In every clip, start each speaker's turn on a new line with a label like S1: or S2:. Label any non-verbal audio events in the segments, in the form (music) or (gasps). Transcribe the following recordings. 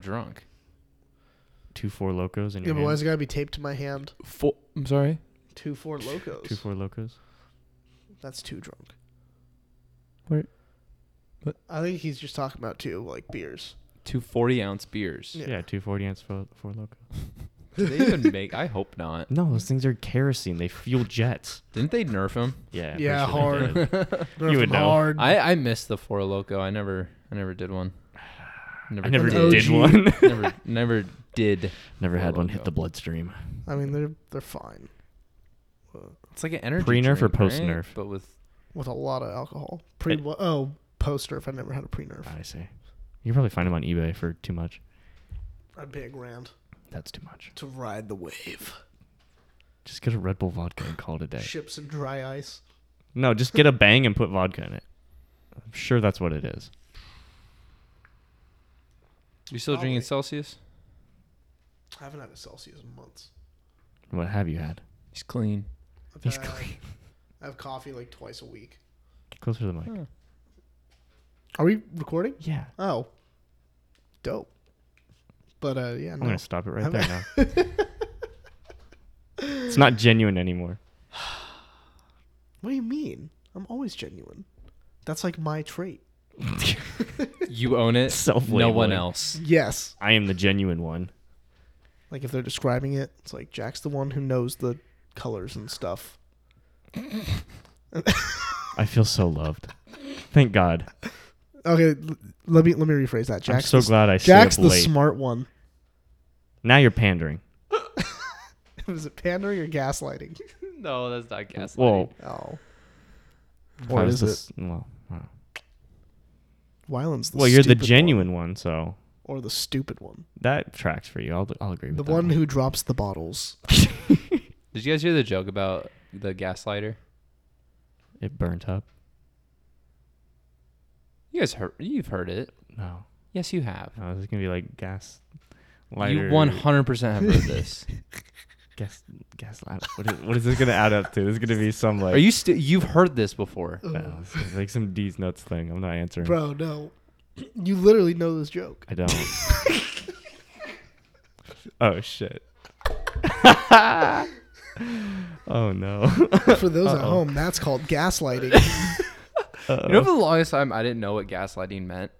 S1: drunk.
S2: Two four locos and
S3: Yeah, but why does it gotta be taped to my hand?
S1: Four. I'm sorry.
S3: Two four locos.
S2: two four locos.
S3: That's too drunk.
S1: Wait, what?
S3: I think he's just talking about two like beers.
S1: Two 40 ounce beers.
S3: Yeah.
S2: Yeah, two forty ounce four, four loco.
S1: Do they even make? I hope
S2: (laughs)
S1: not.
S2: No, those things are kerosene. They fuel jets.
S1: Didn't they nerf him?
S2: (laughs) Yeah. I'm
S3: Yeah,
S2: pretty sure they did.
S3: (laughs) Nerf
S2: You would
S3: them
S2: know.
S3: Hard.
S1: I I missed the four loco. I never I never did one.
S2: I (laughs) never
S3: An
S2: did
S3: OG.
S2: one.
S1: never never did.
S2: never
S1: Four
S2: had one hit
S1: Loko.
S2: the bloodstream.
S3: I mean, they're they're fine Uh,
S1: It's like an energy
S2: Pre-nerf or
S1: drink, right?
S2: post-nerf?
S1: But with
S3: with a lot of alcohol. Pre oh post nerf. I never had a pre nerf.
S2: I see. You can probably find them on eBay for too much.
S3: I'd pay a grand
S2: That's too much.
S3: to ride the wave.
S2: Just get a Red Bull vodka and call it a day.
S3: Ship some dry ice.
S2: No, just get a bang and put vodka in it. I'm sure that's what it is.
S1: you still
S3: Probably.
S1: drinking Celsius?
S3: I haven't had a Celsius in months.
S2: What have you had?
S1: He's clean.
S3: I've
S2: He's
S3: had-
S2: clean.
S3: I have coffee like twice a week.
S2: Get closer to the mic.
S1: Huh.
S3: Are we recording?
S2: Yeah.
S3: Oh, dope. But uh, yeah,
S2: I'm
S3: no.
S2: gonna stop it right there
S3: (laughs)
S2: now. it's not genuine anymore.
S3: What do you mean? I'm always genuine. That's like my trait.
S1: You own it. No
S2: (laughs) Self-labeling.
S1: one else.
S3: Yes.
S2: I am the genuine one.
S3: Like if they're describing it, it's like Jack's the one who knows the colors and stuff.
S2: I feel so loved. Thank God.
S3: Okay, l- let me let me rephrase that. Jack's
S2: I'm
S3: the,
S2: so glad I
S3: Jack's
S2: stayed
S3: the
S2: up late.
S3: smart one. (laughs)
S2: now you're pandering.
S3: Was it pandering or gaslighting?
S1: (laughs) No, that's not gaslighting.
S2: Well,
S3: Oh,
S2: if
S3: Or
S2: I was
S3: is
S2: the s- Well, I don't know.
S3: Wyland's the
S2: well, you're the
S3: stupid
S2: genuine one, so
S3: one, or the stupid one,
S2: that tracks for you. I'll, I'll agree with
S3: the
S2: that.
S3: one who drops the bottles.
S1: Did you guys hear the joke about the gaslighter?
S2: it burnt up.
S1: You guys heard? You've heard it.
S2: No,
S1: Yes, you have.
S2: no, this is gonna be like gas.
S1: You one hundred percent have heard
S2: (laughs)
S1: this.
S2: gas gas lighter. What is, what is this gonna add up to? This is gonna be some like
S1: Are you still? You've heard this before.
S2: No, this is like some D's nuts thing. I'm not answering.
S3: Bro, no, (clears throat) you literally know this joke.
S2: I
S3: (laughs)
S2: don't. oh shit. (laughs) oh
S3: (laughs)
S2: no.
S3: For those at home, that's called gaslighting. (laughs)
S1: You know, for the longest time, I didn't know what gaslighting meant.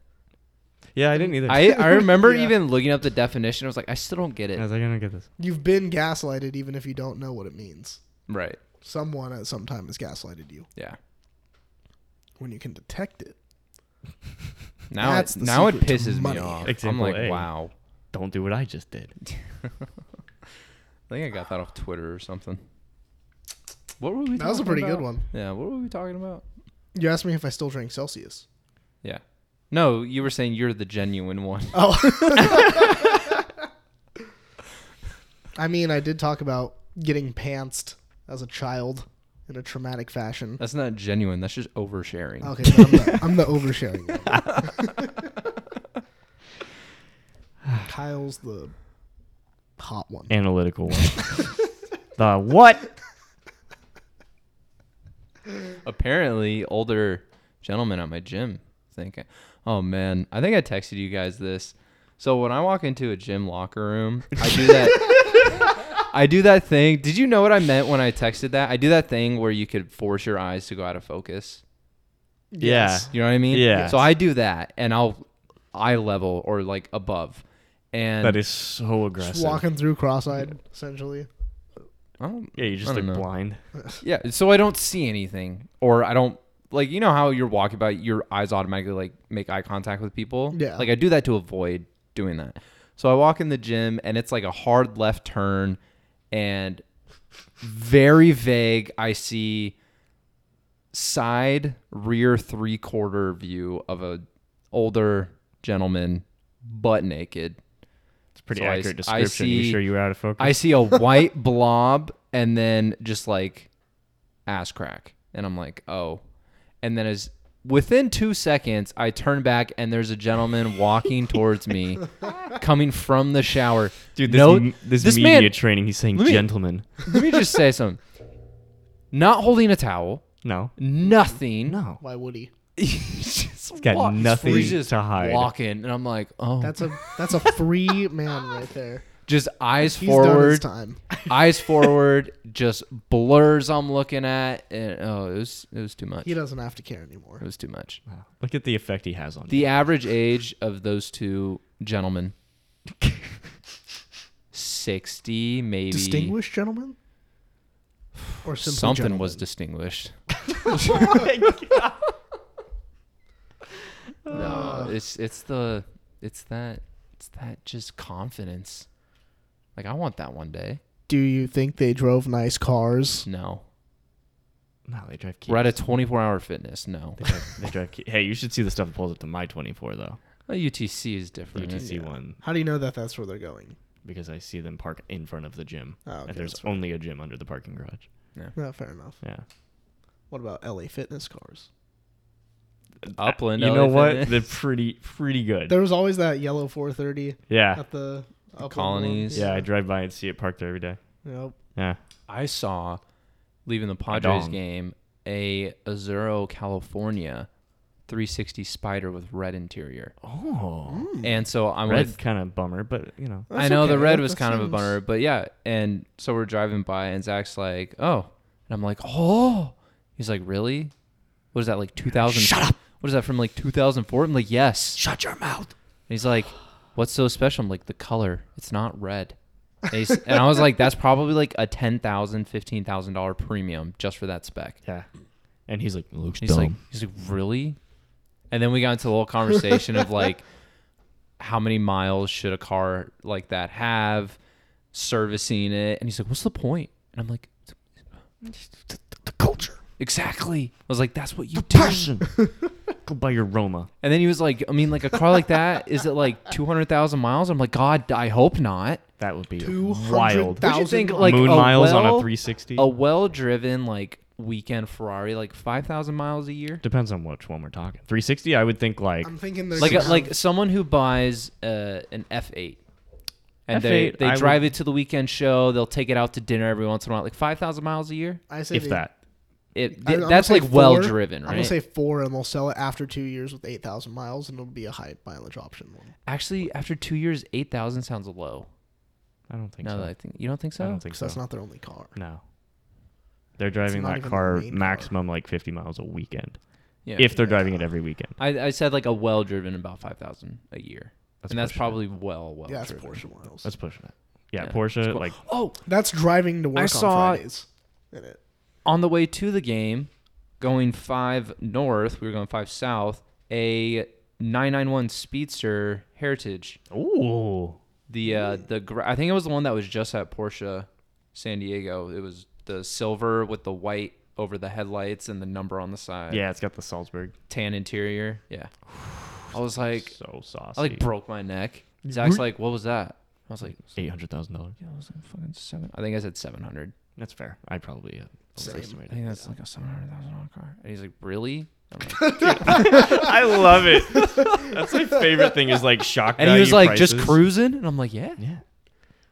S2: Yeah, I didn't either.
S1: I I remember
S3: Yeah.
S1: even looking up the definition. I was like, I still don't get
S2: I
S1: it.
S2: was like, I don't get this.
S3: You've been gaslighted, even if you don't know what it means.
S1: Right.
S3: Someone at some time has gaslighted you.
S1: Yeah.
S3: When you can detect it,
S1: Now
S3: That's
S1: it,
S3: the
S1: now it
S3: secret to
S1: pisses me
S3: money.
S1: off.
S2: Example
S1: I'm like,
S2: A.
S1: wow.
S2: Don't do what I just did.
S1: I think I got that off Twitter or something. What were we?
S3: that was a
S1: talking
S3: pretty good
S1: about?
S3: one.
S1: Yeah. What were we talking about?
S3: You asked me if I still drink Celsius.
S1: Yeah. No, you were saying you're the genuine one. (laughs)
S3: Oh. I mean, I did talk about getting pantsed as a child in a traumatic fashion.
S1: That's not genuine. That's just oversharing.
S3: Okay, but I'm, the, I'm the
S1: (laughs)
S3: oversharing. one.
S1: (laughs)
S3: Kyle's the hot one.
S2: Analytical one. the what?
S1: apparently older gentlemen at my gym think oh man i think i texted you guys this so when i walk into a gym locker room i do that i do that thing did you know what i meant when i texted that i do that thing where you could force your eyes to go out of focus
S2: Yes.
S1: you know what i mean
S2: Yeah.
S1: so i do that and i'll eye level or like above and
S2: That is so aggressive.
S3: Just walking through cross-eyed, essentially.
S1: I don't-
S2: yeah, you're just
S1: I
S2: like
S1: don't know.
S2: blind.
S1: yeah so i don't see anything or i don't like you know how you're walking by your eyes automatically like make eye contact with people
S3: Yeah.
S1: like i do that to avoid doing that so i walk in the gym and it's like a hard left turn and very vague i see side rear three quarter view of a older gentleman butt naked
S2: It's a pretty
S1: So I s-
S2: accurate
S1: I
S2: description. you
S1: see-
S2: sure you were out of focus?
S1: I see a white (laughs) blob and then just like ass crack. And I'm like, oh. And then as within two seconds, I turn back and there's a gentleman
S3: (laughs)
S1: walking towards me coming from the shower.
S2: Dude, this,
S1: no,
S2: m- this,
S1: this
S2: media
S1: man-
S2: training, he's saying
S1: Let me-
S2: gentlemen.
S1: let me just say something. Not holding a towel,
S2: No.
S1: nothing.
S2: No.
S3: Why would he?
S1: (laughs) He's just- just
S2: got nothing
S1: he's just
S2: to hide.
S1: Walking, and I'm like, oh,
S3: That's a
S1: (laughs)
S3: that's a free man right there.
S1: just eyes
S3: He's done his
S1: forward,
S3: time.
S1: eyes forward, just blurs I'm looking at, and oh, it was it was too much.
S3: He
S1: It
S3: doesn't have to care anymore.
S1: was too much.
S2: Wow. Look at the effect he has on you.
S1: The average age of those two gentlemen, sixty maybe.
S3: Distinguished gentleman, or simply
S1: Something Oh
S3: gentleman?
S1: was distinguished. (laughs)
S3: (laughs)
S1: No, it's it's the it's that it's that just confidence. Like I want that one day.
S3: Do you think they drove nice cars?
S1: No,
S2: No, they drive
S1: we're at
S2: Kias.
S1: a 24-hour fitness. No,
S2: They drive, they drive Ki- Hey, you should see the stuff that pulls up to my 24 though.
S1: a UTC is different.
S2: UTC one
S3: How do you know that that's where they're going?
S2: because I see them park in front of the gym,
S3: Oh, okay,
S2: and there's
S3: that's fair.
S2: only a gym under the parking garage.
S3: No, fair enough.
S2: Yeah.
S3: What about LA Fitness cars?
S1: Upland.
S2: you
S1: LA
S2: know what?
S1: Fitness.
S2: They're pretty pretty good.
S3: There was always that yellow 430
S2: yeah.
S3: at the Upland one.
S1: colonies.
S2: Yeah, I drive by and see it parked there every day.
S3: Yep.
S2: Yeah.
S1: I saw leaving the Padres
S2: dong.
S1: game a Azuro California 360 Spider with red interior,
S2: Oh.
S3: Hmm,
S1: and so I'm
S2: Red's
S1: with.
S2: kind of bummer, but you know.
S1: I know the red was kind of a bummer, but yeah. And so we're driving by, and Zach's like, "Oh," and I'm like, "Oh." He's like, "Really? What is that like 2000? Shut up! What is that from like 2004?" I'm like, "Yes."
S3: Shut your mouth.
S1: And he's like, "What's so special?" I'm like, "The color. It's not red." And, he's, and I was like, "That's probably like a ten thousand, fifteen thousand dollar premium just for that spec."
S2: Yeah. And he's like, looks
S1: And he's like, he's like, "Really?" And then we got into a little conversation of like, how many miles should a car like that have, servicing it? And he's like, "What's the point?" And I'm like,
S3: The culture.
S1: "Exactly." I was like, "That's what you do."
S2: (laughs) person. Go buy your Roma.
S1: And then he was like, "I mean, like a car like that is it like two hundred thousand miles?" I'm like, "God, I hope not."
S2: That would be wild.
S3: 200,000
S1: Would you think,
S3: miles.
S1: like,
S2: Moon
S1: a
S2: miles on a
S1: well-
S2: 360.
S1: a well-driven like weekend Ferrari, like five thousand miles a year.
S2: Depends on which one we're talking. 360, I would think like
S3: I'm thinking there's
S1: Like a, like someone who buys uh, an F eight, and they
S2: F8,
S1: they
S2: I
S1: drive it to the weekend show. They'll take it out to dinner every once in a while, like five thousand miles a year.
S3: I say
S2: if
S3: they-
S2: that.
S1: It
S3: I-
S1: th-
S3: I'm gonna
S1: that's
S3: say
S1: like
S3: four.
S1: well-driven,
S3: I'm gonna
S1: right?
S3: say four, and they'll sell it after two years with eight thousand miles, and it'll be a high mileage option one.
S1: Actually, after two years, eight thousand sounds low.
S2: I don't think
S1: No,
S2: so.
S1: I think you don't think so.
S2: I don't think
S3: 'Cause
S2: so.
S3: that's not their only car.
S2: no. They're driving
S3: not
S2: that
S3: even
S2: car
S3: the main car.
S2: maximum like 50 miles a weekend.
S1: yeah.
S2: If they're driving it every weekend.
S1: I, I said like a well-driven about five thousand a year,
S2: That's
S1: and that's
S2: pushing it.
S1: probably well well.
S3: yeah, that's Porsche miles.
S2: Let's
S3: That's,
S2: push that. Yeah,
S1: Yeah,
S2: Porsche like
S1: Oh,
S3: driving to work on
S1: saw-
S3: Fridays. In it.
S1: on the way to the game, going five north, we were going five south, a 991 Speedster Heritage.
S2: ooh.
S1: The uh, the gra- I think it was the one that was just at Porsche San Diego. It was the silver with the white over the headlights and the number on the side.
S2: Yeah, it's got the Salzburg.
S1: tan interior. (sighs) Yeah, I was like,
S2: So saucy.
S1: I like broke my neck. Zach's like, what was that? I was like,
S2: $800,000.
S1: yeah, it was like fucking seven. I think I said seven hundred.
S2: That's fair. I probably uh,
S3: Same.
S1: I think that's like a seven hundred thousand dollar car. And he's like, really? (laughs) I'm like,
S2: (laughs) I love
S3: (laughs)
S2: it. That's my favorite thing is like shock
S1: and
S2: value
S1: he was like, just
S2: prices.
S1: cruising, and I'm like, yeah.
S2: Yeah.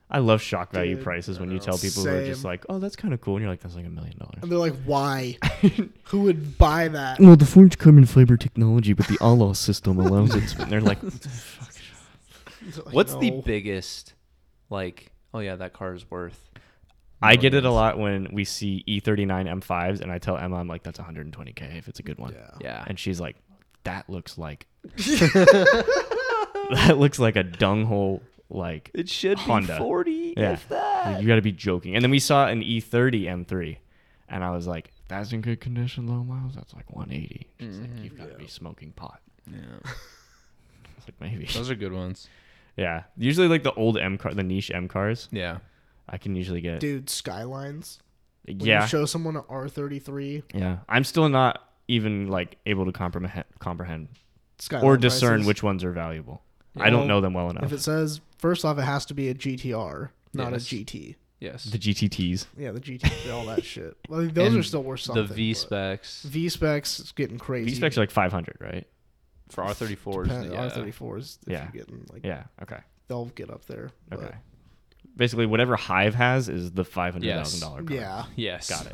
S2: I love shock value
S3: Dude,
S2: prices
S3: I
S2: when you
S3: know.
S2: tell people who are just
S3: Same.
S2: like, oh, that's kind of cool. And you're like, that's like a million dollars.
S3: And they're like,
S2: (laughs)
S3: why? Who would buy
S1: (laughs)
S3: that?
S2: Well, the Ford come in flavor technology, but the ALO system allows it. And (laughs) they're like,
S3: They're like,
S1: What's the
S3: no.
S1: biggest, like, oh yeah, that car is worth?
S2: I get it a lot when we see E E39 M5s, and I tell Emma, I'm like, that's 120K if it's a good one.
S3: Yeah.
S1: Yeah.
S2: And she's like, that looks
S3: (laughs)
S2: like, (laughs) that looks like a dung hole, like,
S1: it should
S2: be Honda.
S1: 40
S2: Yeah. if Like, you got to be joking. And then we saw an E E30 M3, and I was like, that's in good condition, low miles. That's like 180. She's like,
S3: Mm-hmm.
S2: you've got to be smoking pot.
S1: Yeah.
S2: I was like, maybe.
S1: Those are good ones.
S2: (laughs) yeah. Usually, like the old M car, the niche M cars,
S1: Yeah.
S2: I can usually get.
S3: Dude, Skylines. When
S2: yeah.
S3: You show someone an R33
S2: yeah. I'm still not even like able to comprehend, comprehend
S3: Skyline.
S2: or discern
S3: prices.
S2: which ones are valuable. I
S3: Well,
S2: don't know them well enough.
S3: If it says, first off, it has to be a GTR, not
S1: Yes.
S3: a GT.
S1: Yes.
S2: the GTTs.
S3: Yeah, the GT,
S1: (laughs)
S3: all that shit. Well, those
S1: And
S3: are still worth
S1: the
S3: something.
S1: V
S3: but-
S1: specs
S3: V specs is getting crazy.
S2: These specs are like 500, right?
S1: for R34s.
S3: Depend-
S1: yeah.
S3: R34s. If
S2: uh, Yeah.
S3: you're getting like
S2: Yeah. Okay.
S3: they'll get up there. but-
S2: Okay. Basically, whatever Hive has is the $500,000 car.
S3: Yeah.
S1: Yes.
S2: Got
S3: (laughs)
S2: it.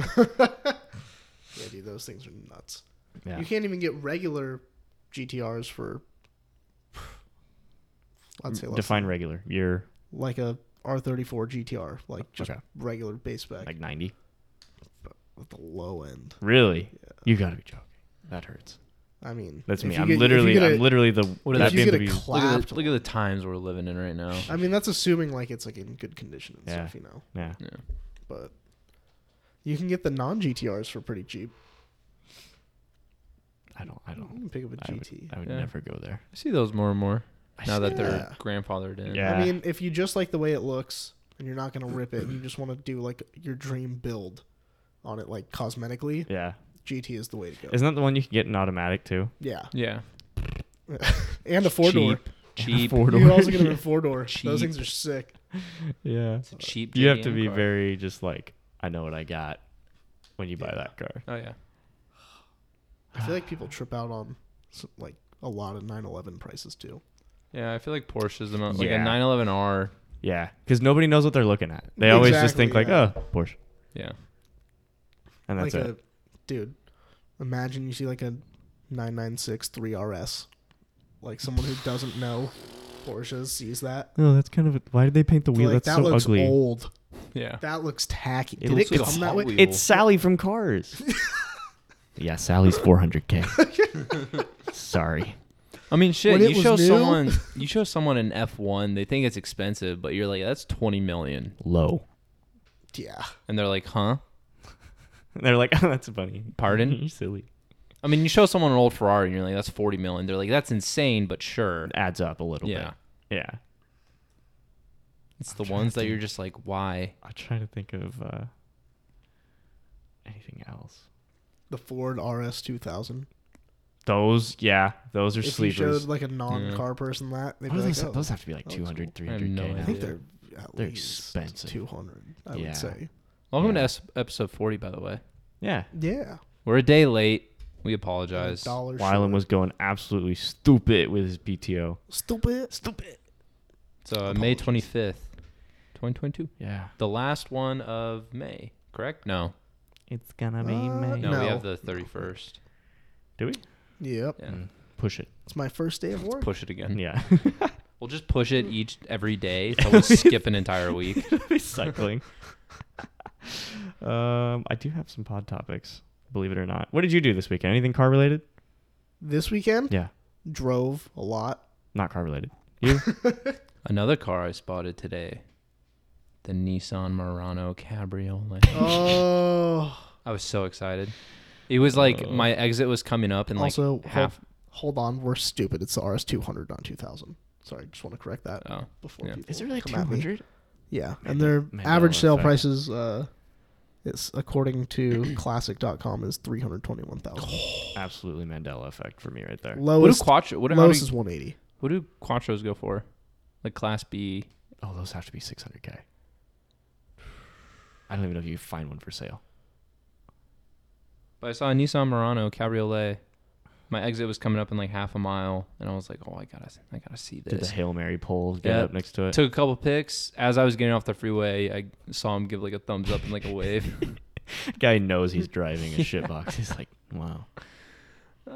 S3: Yeah, dude, those things are nuts.
S2: Yeah.
S3: You can't even get regular GTRs for let's say less
S2: Define regular. You're
S3: like a R34 GTR, like just
S2: Okay.
S3: regular base spec
S2: like 90.
S3: with the low end.
S2: Really? You gotta be joking. That hurts.
S3: I mean,
S2: That's
S3: if
S2: me.
S3: you
S2: I'm
S3: get- if you
S2: literally,
S3: get a-
S2: I'm literally the.
S1: What
S2: that
S1: if you
S3: get a
S2: BMW
S3: cl-
S1: Look at,
S3: Clapped
S1: the, look at the times we're living in right now.
S3: I mean, that's assuming like it's like in good condition and
S2: Yeah.
S3: stuff, you know.
S2: yeah.
S1: Yeah.
S3: But you can get the non GTRs for pretty cheap.
S2: I don't. I
S3: You
S2: don't.
S3: can pick up a
S2: I would,
S3: GT.
S2: I would
S1: Yeah.
S2: never go there.
S1: I see those more and more
S2: I
S1: now that they're
S3: Yeah.
S1: grandfathered in.
S2: Yeah.
S3: I mean, if you just like the way it looks and you're not gonna rip it, and you just want to do like your dream build on it, like cosmetically,
S2: Yeah.
S3: GT is the way to go.
S2: Isn't that the one you can get in automatic too?
S3: yeah, (laughs)
S1: Yeah.
S3: and a four door.
S1: Cheap. (laughs)
S2: Four
S3: You
S2: door.
S3: also (laughs) get them in four
S2: (laughs)
S3: door. Those
S1: Cheap.
S3: things are sick.
S2: Yeah.
S1: It's a cheap.
S2: You have to
S1: JDM
S2: be
S1: car.
S2: very just like I know what I got when you buy
S3: Yeah.
S2: that car.
S1: Oh yeah.
S3: I
S2: (sighs)
S3: feel like people trip out on s- like a lot of 911 prices too.
S1: Yeah, I feel like Porsche is the most like
S2: Yeah.
S1: a 911R.
S2: Yeah, because nobody knows what they're looking at. They always just think like,
S3: Exactly,
S2: oh, Porsche,
S1: Yeah.
S2: and that's
S3: like
S2: it.
S3: a dude, imagine you see like a 996 3RS. Like someone who doesn't know Porsches sees that.
S2: No, that's kind of. A, why did they paint the
S3: They're
S2: wheel?
S3: like
S2: that's
S3: that
S2: so
S3: looks
S2: ugly.
S3: old.
S1: Yeah.
S3: That looks tacky.
S2: It
S3: Did
S2: looks like
S3: it
S1: a
S3: come that
S1: Hot
S3: way?
S1: Wheel.
S2: It's Sally from
S3: (laughs)
S2: Cars. yeah, Sally's 400k. Sorry.
S1: I mean, shit.
S3: When it
S1: you
S3: was
S1: show
S3: new-
S1: someone, you show someone an F1, they think it's expensive, but you're like, that's 20 million,
S2: Low.
S3: Yeah.
S1: and they're like, huh?
S2: They're like, (laughs) oh, that's funny.
S1: Pardon?
S2: You're (laughs) silly.
S1: I mean, you show someone an old Ferrari, and you're like, that's 40 million. They're like, that's insane, but sure.
S2: Adds up a little
S1: Yeah.
S2: bit. Yeah.
S1: It's the ones that you're just like, why?
S2: I'm trying to think of uh, anything else.
S3: The Ford RS 2000.
S2: Those, yeah, those are
S3: If you
S2: sleepers.
S3: showed like a non-car person that, they'd
S2: What
S3: be
S2: are
S3: like,
S2: those,
S3: oh,
S2: those have to be like
S3: that looks
S2: 200,
S1: I have
S2: 300
S1: no
S3: I
S2: k.
S1: idea.
S3: think they're at
S2: They're
S3: least
S2: expensive.
S3: 200, I
S2: Yeah.
S3: would say.
S1: Welcome
S2: Yeah.
S1: to es- episode 40, by the way.
S2: Yeah,
S3: Yeah.
S1: We're a day late. We apologize.
S3: Dollar
S2: Wyland
S3: short.
S2: was going absolutely stupid with his PTO.
S3: stupid.
S2: Stupid.
S1: So uh, May 25th, 2022.
S2: Yeah.
S1: The last one of May, correct? No.
S2: It's gonna
S3: be Uh, May.
S1: No,
S3: No.
S1: we have the 31st.
S2: Do we?
S3: Yep.
S1: Yeah.
S2: Mm. Push it.
S3: It's my first day of work.
S1: Push it again.
S2: (laughs) Yeah.
S1: We'll just push it each every
S2: (laughs)
S1: day. So we'll skip an entire week.
S2: Recycling. (laughs) um, I do have some pod topics. Believe it or not. What did you do this weekend? Anything car related?
S3: This weekend,
S2: Yeah.
S3: drove a lot.
S2: (laughs) Not car related. You?
S1: Another car I spotted today the Nissan Murano Cabriolet.
S3: Oh.
S1: I was so excited. It was like
S2: Oh.
S1: my exit was coming up and like
S3: also, hold-
S1: half.
S3: Hold, on, we're stupid. It's the RS 200, not 2000. Sorry, just want to correct that
S1: Oh,
S3: before
S1: yeah.
S3: people
S2: Is there really
S3: come at me.
S2: 200?
S3: Yeah,
S2: Maybe-
S3: and their
S2: maybe
S3: average
S2: I'll
S3: sale
S2: affect-
S3: prices, uh, it's
S1: (clears throat)
S3: according to classic.com, is 321,000.
S2: Absolutely Mandela effect for me right there.
S1: What do
S3: Lowest,
S1: Quattro? What, do- how do,
S3: lowest is 180.
S1: what do Quattros go for? Like Class B.
S2: Oh, those have to be 600k. (sighs) I don't even know if you can find one for sale.
S1: But I saw a Nissan Murano Cabriolet. My exit was coming up in like half a mile, and I was like, "Oh, I gotta, I gotta see
S2: Did the
S1: this."
S2: Hail Mary pole get
S1: Yeah.
S2: up next to it?
S1: Took a couple pics. As I was getting off the freeway, I saw him give like a thumbs up and like a
S2: (laughs)
S1: wave.
S2: Guy knows he's driving a shitbox. He's like, wow.
S1: uh,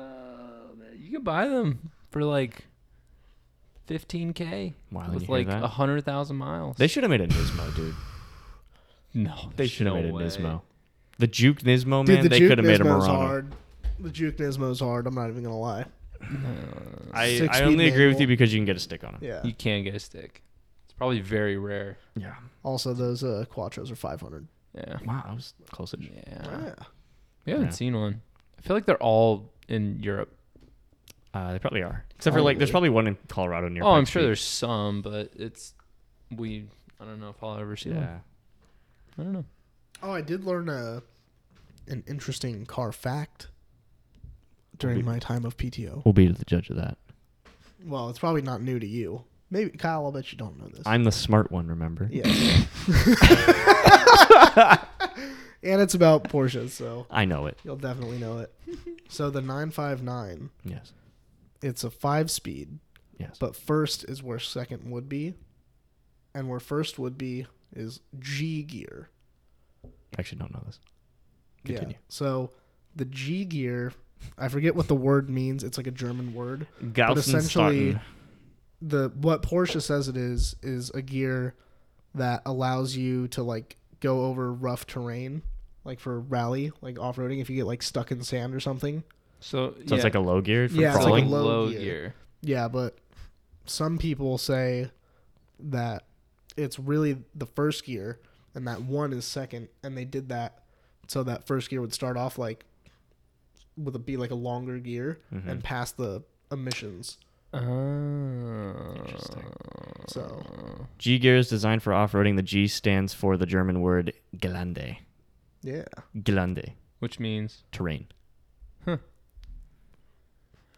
S1: you could buy them for like 15k
S2: Wow, did Oh, you
S1: with
S2: hear
S1: like
S2: that?
S1: a hundred thousand miles.
S2: They should have made a Nismo, dude.
S1: no,
S2: They
S1: there's
S2: should have
S1: no
S2: made a
S1: way.
S2: Nismo. The Juke
S1: Oh,
S2: Nismo,
S3: Dude,
S2: man,
S3: the
S2: they
S3: Juke
S2: could have made a Murano.
S3: Nismo's hard. The Juke Nismo's hard. I'm not even going to lie.
S2: I, I
S3: Six-speed
S2: only agree with
S3: manual.
S2: you because you can get a stick on it.
S3: Yeah.
S1: You can get a stick. It's probably very rare.
S2: Yeah.
S3: Also, those uh, Quattros are 500.
S1: Yeah,
S2: Wow, I was close.
S1: yeah.
S3: Yeah.
S1: We haven't
S2: Yeah.
S1: seen one. I feel like they're all in Europe.
S2: Uh, they probably are. Except for like, there's probably one in Colorado near.
S1: Oh, I'm
S2: Pikes
S1: sure
S2: Peak.
S1: there's some, but it's we. I don't know if I'll ever see yeah.
S2: Yeah.
S1: I don't know.
S3: Oh, I did learn a, an interesting car fact during my time of PTO.
S2: We'll be the judge of that.
S3: Well, it's probably not new to you. Maybe Kyle, I'll bet you don't know this.
S2: I'm the smart one, remember?
S3: yeah. and it's about Porsches, so
S2: I know it.
S3: you'll definitely know it. So the 959,
S2: Yes.
S3: it's a 5-speed,
S2: Yes.
S3: but first is where second would be, and where first would be is G gear.
S2: I actually don't know this.
S3: Yeah.
S2: Continue.
S3: So the G gear I forget what the word means. It's like a German word. essentially-
S2: Gaussen
S3: The what Porsche says it is is a gear that allows you to like go over rough terrain, like for rally, like off roading. If you get like stuck in sand or something.
S1: So,
S2: So it's like a low gear for
S3: Yeah, it's like
S2: crawling.
S3: a low
S1: low
S3: gear.
S1: gear.
S3: Yeah, but some people say that it's really the first gear and that one is second, and they did that so that first gear would start off like with a be like a longer gear
S2: Mm-hmm.
S1: Mm-hmm.
S3: and pass the emissions.
S1: Oh.
S3: So
S2: G gear is designed for off-roading. The G stands for the German word Gelände.
S3: yeah,
S2: Gelände,
S1: Which means
S2: terrain.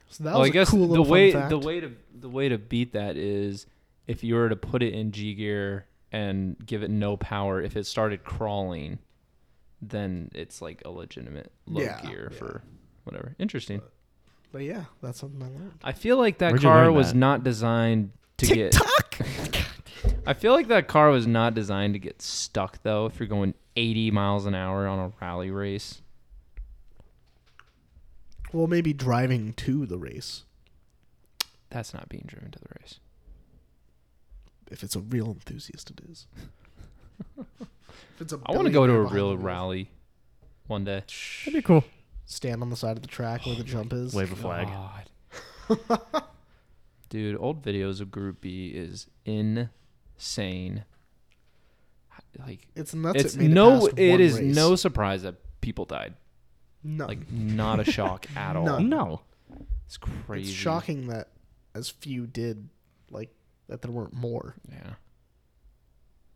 S3: so that
S1: well,
S3: was
S1: I guess
S3: a cool
S1: the
S3: little
S1: way
S3: fun fact.
S1: the way to the way to beat that is if you were to put it in G gear and give it no power, if it started crawling, then it's like a legitimate low
S3: Yeah,
S1: gear
S3: yeah.
S1: for whatever. Interesting.
S3: But yeah, that's something I learned.
S1: I feel like that
S2: Where'd you
S1: car
S2: learn
S1: was
S2: that?
S1: not designed to get. (laughs) I feel like that car was not designed to get stuck though. If you're going 80 miles an hour on a rally race,
S3: Well, maybe driving to the race
S1: that's not being driven to the race.
S3: if it's a real enthusiast, it
S1: (laughs)
S3: is. if it's a
S1: I want to go to
S3: billionaire
S1: a
S3: behind
S1: real
S3: the wheel,
S1: rally one day.
S2: That'd be cool.
S3: Stand on the side of the track where the
S1: Oh,
S3: jump is.
S2: Wave a flag.
S1: God. (laughs) Dude, old videos of Group B is insane. Like
S3: It's nuts.
S1: it's
S3: it made
S1: no,
S3: it, past
S1: it
S3: one
S1: is
S3: race.
S1: no surprise that people died.
S3: no.
S1: Like not a
S3: (laughs)
S1: shock at all.
S3: None.
S2: No.
S1: It's crazy.
S3: It's shocking that as few did, like that there weren't more.
S1: Yeah.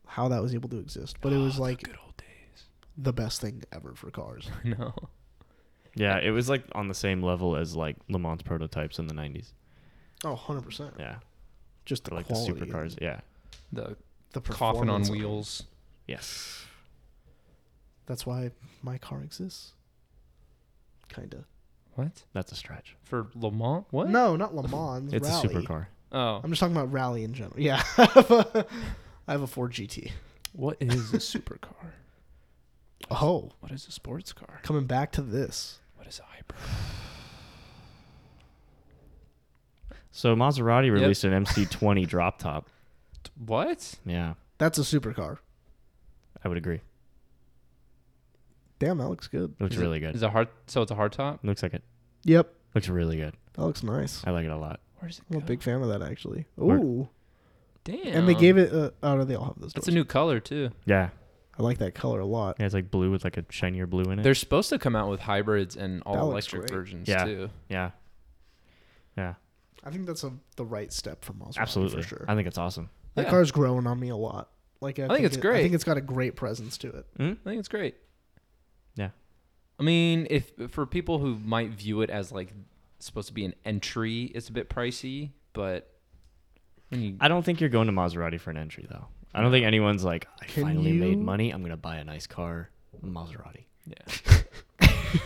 S3: How that was able to exist, but it was like
S1: Ah, Good old days. (laughs)
S3: the best thing ever for cars.
S1: I know.
S2: Yeah, it was like on the same level as like Le Mans prototypes in the 90s.
S3: Oh, 100 percent.
S2: Yeah,
S3: Just the
S2: like
S3: quality,
S2: the supercars.
S3: and
S2: Yeah.
S1: The
S3: the
S1: coffin on
S3: performance of it.
S1: wheels.
S2: Yes.
S3: That's why my car exists. Kinda.
S1: What?
S2: That's a stretch.
S1: For Le Mans? What?
S3: No, not Le Mans.
S2: It's
S3: rally.
S2: a supercar.
S1: Oh.
S3: I'm just talking about rally in general. Yeah, (laughs) I have a- I have a Ford GT.
S1: What is a supercar?
S3: Oh,
S1: What is a sports car?
S3: coming back to this.
S1: What is a hybrid?
S2: So Maserati
S1: Yep.
S2: released an MC20 (laughs) drop top.
S1: What?
S2: Yeah,
S3: That's a supercar.
S2: I would agree.
S3: Damn, that looks good.
S2: Looks
S1: Is
S2: really good.
S1: Is it hard so it's a hard top?
S2: Looks like it.
S3: Yep,
S2: Looks really good.
S3: that looks nice.
S2: I like it a lot.
S1: Where's it
S3: I'm
S1: go?
S3: a big fan of that actually.
S2: Or-
S3: Ooh,
S1: Damn.
S3: and they gave it. Uh, oh no, they all have those.
S1: That's
S3: Doors.
S1: a new color too.
S2: Yeah.
S3: I like that color a lot.
S2: Yeah, it's like blue with like a shinier blue in it.
S1: They're supposed to come out with hybrids and all
S3: That looks
S1: electric
S3: great.
S1: versions
S2: Yeah.
S1: too.
S2: yeah. Yeah.
S3: I think that's a, the right step for Maserati
S2: Absolutely.
S3: for sure.
S2: I think it's awesome.
S3: that
S1: Yeah.
S3: car's growing on me a lot. Like I,
S1: think it's
S3: it- I
S1: great.
S3: think it's got a great presence to it.
S1: I think it's great.
S2: Yeah.
S1: I mean, if for people who might view it as like supposed to be an entry, it's a bit pricey, but when you
S2: I don't think you're going to Maserati for an entry though. I don't think anyone's like, I
S3: Can
S2: finally
S3: you-
S2: made money. I'm gonna buy a nice car, Maserati. (laughs)
S1: yeah.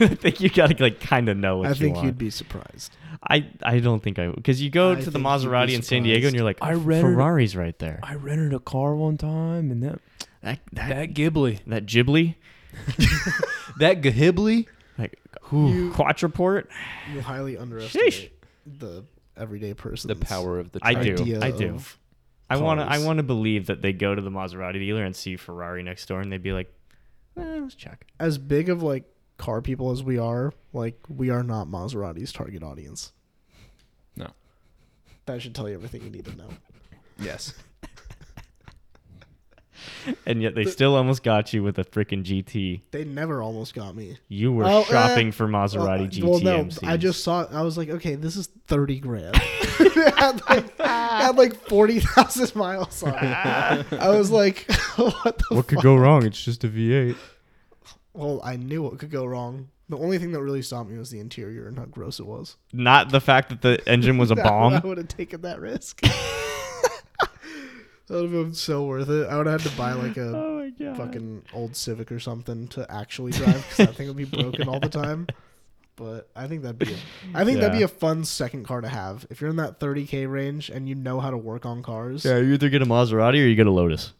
S2: I think you gotta like kind of know what
S3: I
S2: you
S3: think
S2: want.
S3: you'd be surprised.
S2: I I don't think I because you go
S3: I
S2: to the
S3: think you'd be
S2: Maserati in San Diego and you're like,
S1: I read-
S2: Ferrari's right there.
S1: I rented a car one time and that
S2: That that
S1: that Ghibli,
S2: that Ghibli,
S1: that Ghibli,
S2: like whew,
S3: You-
S2: Quattraport.
S3: You highly underestimate
S2: Sheesh.
S3: the everyday person.
S1: the power of the
S2: I
S1: trade.
S2: do. I do.
S3: Of,
S2: I want to I
S3: cars.
S2: want to believe that they go to the Maserati dealer and see Ferrari next door and they'd be like, eh, let's check.
S3: as big of like car people as we are, like we are not Maserati's target audience.
S1: No.
S3: That should tell you everything you need to know.
S1: Yes.
S2: And yet they still almost got you with a freaking GT.
S3: (laughs) They never almost got me.
S2: You were
S3: Oh, uh,
S2: shopping for Maserati
S3: Uh,
S2: GT
S3: Well, no,
S2: MCs.
S3: I just saw. it. I was like, okay, this is thirty grand. (laughs) it had like, it had like forty thousand miles on
S2: (laughs)
S3: it. I was like, (laughs) what the?
S2: what could go wrong? It's just a V8.
S3: Well, I knew what could go wrong. The only thing that really stopped me was the interior and how gross it was.
S2: Not the fact that the engine
S3: (laughs)
S2: was a
S3: I
S2: bomb.
S3: would have taken that risk. (laughs) that would have been so worth it. I would have had to buy like a
S2: my Oh, god.
S3: fucking old Civic or something to actually drive because that thing would be broken all the time. But I think that'd be, a, I think that'd be
S2: Yeah.
S3: a fun second car to have if you're in that 30k range and you know how to work on cars.
S2: Yeah, you either get a Maserati or you get a Lotus.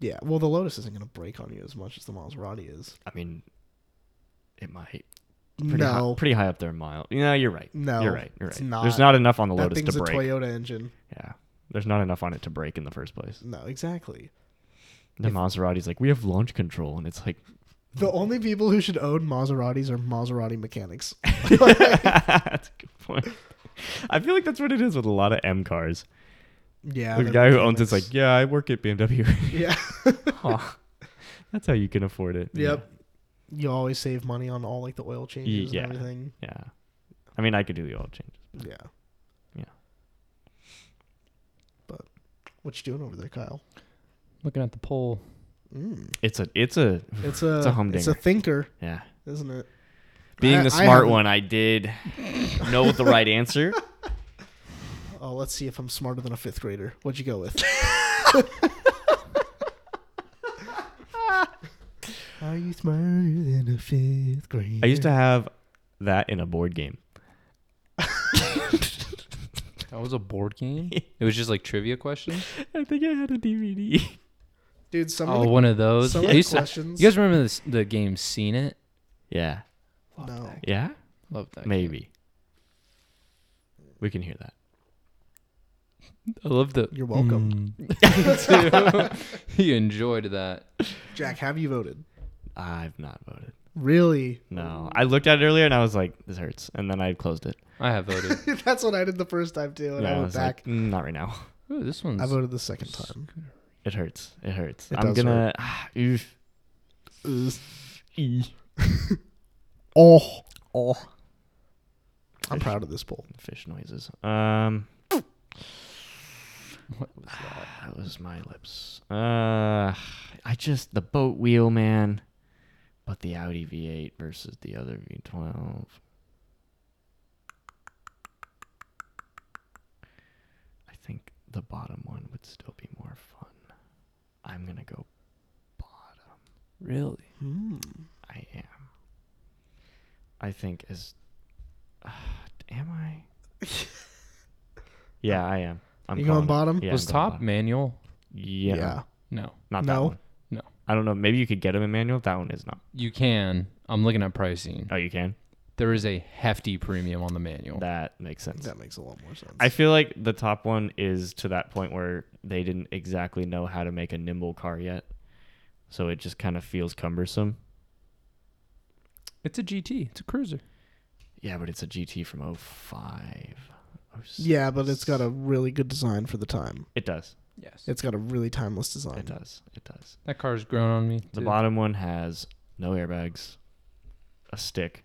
S3: Yeah, Well, the Lotus isn't gonna break on you as much as the Maserati is.
S2: I mean, it might. pretty, hi-
S3: no,
S2: pretty high up there in mile. You know, you're right.
S3: No,
S2: you're right. You're right.
S3: it's not.
S2: There's not enough on the
S3: that
S2: Lotus
S3: thing's
S2: to
S3: a
S2: break.
S3: Toyota engine.
S2: Yeah, there's not enough on it to break in the first place.
S3: No, exactly.
S2: The Maserati's like, we have launch control, and
S3: (laughs)
S2: it's like, (laughs)
S3: The only people who should own Maseratis are Maserati mechanics. (laughs)
S2: that's a good point. I feel like that's what it is with a lot of M cars.
S3: Yeah,
S2: the
S3: they're
S2: guy who owns it's
S3: mechanics.
S2: like, yeah, I work at BMW.
S3: yeah,
S2: Huh. (laughs) That's how you can afford it. Yeah.
S3: yep. You always save money on all like the oil changes
S2: yeah.
S3: and everything.
S2: Yeah. I mean, I could do the oil change.
S3: Yeah,
S2: Yeah.
S3: But what you doing over there, Kyle?
S1: Looking at the poll.
S2: (sighs)
S3: Mm.
S2: It's a, it's a,
S3: It's a
S2: It's a humdinger.
S3: It's a thinker,
S2: yeah.
S3: isn't it?
S2: Being
S3: I-
S2: the
S3: I
S2: smart
S3: haven't-
S2: one, I did know the right
S3: (laughs)
S2: answer.
S3: Oh, let's see if I'm smarter than a fifth grader. What'd you
S2: (laughs)
S3: go with? Are you smarter than a fifth grader?
S2: I used to have that in a board game.
S1: That was a board game. (laughs) it was just like trivia questions.
S2: I think I had a DVD.
S3: dude. Some
S1: Oh,
S3: of the,
S1: one of those.
S3: some
S1: I
S3: of the
S1: used to-
S3: questions.
S1: you guys remember this, the game Seen It?
S2: Yeah.
S3: no.
S2: Yeah?
S1: Love that.
S2: Maybe. We can hear that.
S1: I love the.
S3: You're welcome.
S1: (laughs) Mm. he enjoyed that.
S3: Jack, have you voted?
S2: I've not voted.
S3: Really?
S2: No. I looked at it earlier and I was like, this hurts. And then I closed it.
S1: I have voted.
S3: (laughs) That's what I did the first time too, and
S2: Yeah,
S3: I
S2: I
S3: went
S2: was
S3: back.
S2: like, "Mm, not right now. (laughs)
S1: Ooh, this one's.
S3: I voted the second time.
S2: It hurts. It hurts.
S3: It
S2: I'm
S3: does
S2: gonna. Ah, (sighs) oof. Ee.
S3: (laughs) Oh,
S2: E. Oh.
S3: I'm proud of this poll.
S2: Fish noises. Um,
S1: (laughs) What was that?
S2: (sighs) that was my lips. Uh, I just the boat wheel, man. But the Audi V8 versus the other V12. I think the bottom one would still be more fun. I'm gonna go bottom.
S1: Really?
S3: Hmm.
S2: I am. I think is. am I?
S3: (laughs)
S2: yeah, I am. I'm
S3: You going
S2: calling it.
S3: bottom?
S2: Yeah,
S1: was
S2: I'm going
S1: top manual?
S2: Yeah,
S1: No,
S2: not that
S3: No.
S2: one.
S1: No.
S2: I don't know. Maybe you could get him in manual. That one is not.
S1: you can. I'm looking at pricing.
S2: Oh, you can.
S1: There is a hefty premium on the manual.
S2: That makes sense.
S3: that makes a lot more sense.
S2: I feel like the top one is to that point where they didn't exactly know how to make a nimble car yet, so it just kind of feels cumbersome.
S1: It's a GT. It's a cruiser.
S2: Yeah, but it's a GT from 05.
S3: yeah, but it's got a really good design for the time.
S2: It does.
S1: Yes.
S3: It's got a really timeless
S2: It
S3: design.
S2: does. It does.
S1: that car's grown on me.
S2: The
S1: too.
S2: bottom one has no airbags, a stick,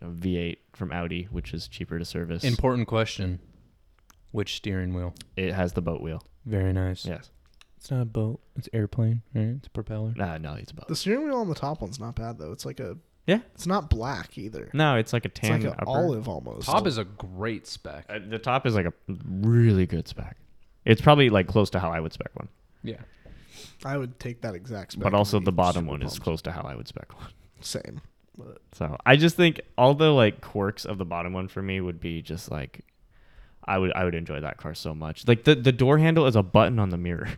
S2: a V8 from Audi, which is cheaper to service.
S1: Important question. Which steering wheel?
S2: it has the boat wheel.
S1: Very nice.
S2: Yes.
S1: It's not a boat. It's airplane. Right? It's a propeller.
S2: Nah, no, it's a boat.
S3: The steering wheel on the top one's not bad though. It's like a
S2: Yeah.
S3: It's not black either.
S2: No, it's like a
S3: It's
S2: tan
S3: like an
S2: upper.
S3: olive almost.
S1: Top is a great spec.
S2: Uh, the top is like a really good spec. It's probably like close to how I would spec one,
S1: (laughs) yeah.
S3: I would take that exact. Spec
S2: but
S3: and
S2: also
S3: be
S2: the bottom
S3: super
S2: one is
S3: pumped.
S2: close to how I would spec one. (laughs)
S3: Same.
S2: So I just think all the like quirks of the bottom one for me would be just like, I would I would enjoy that car so much. Like the the door handle is a button on the mirror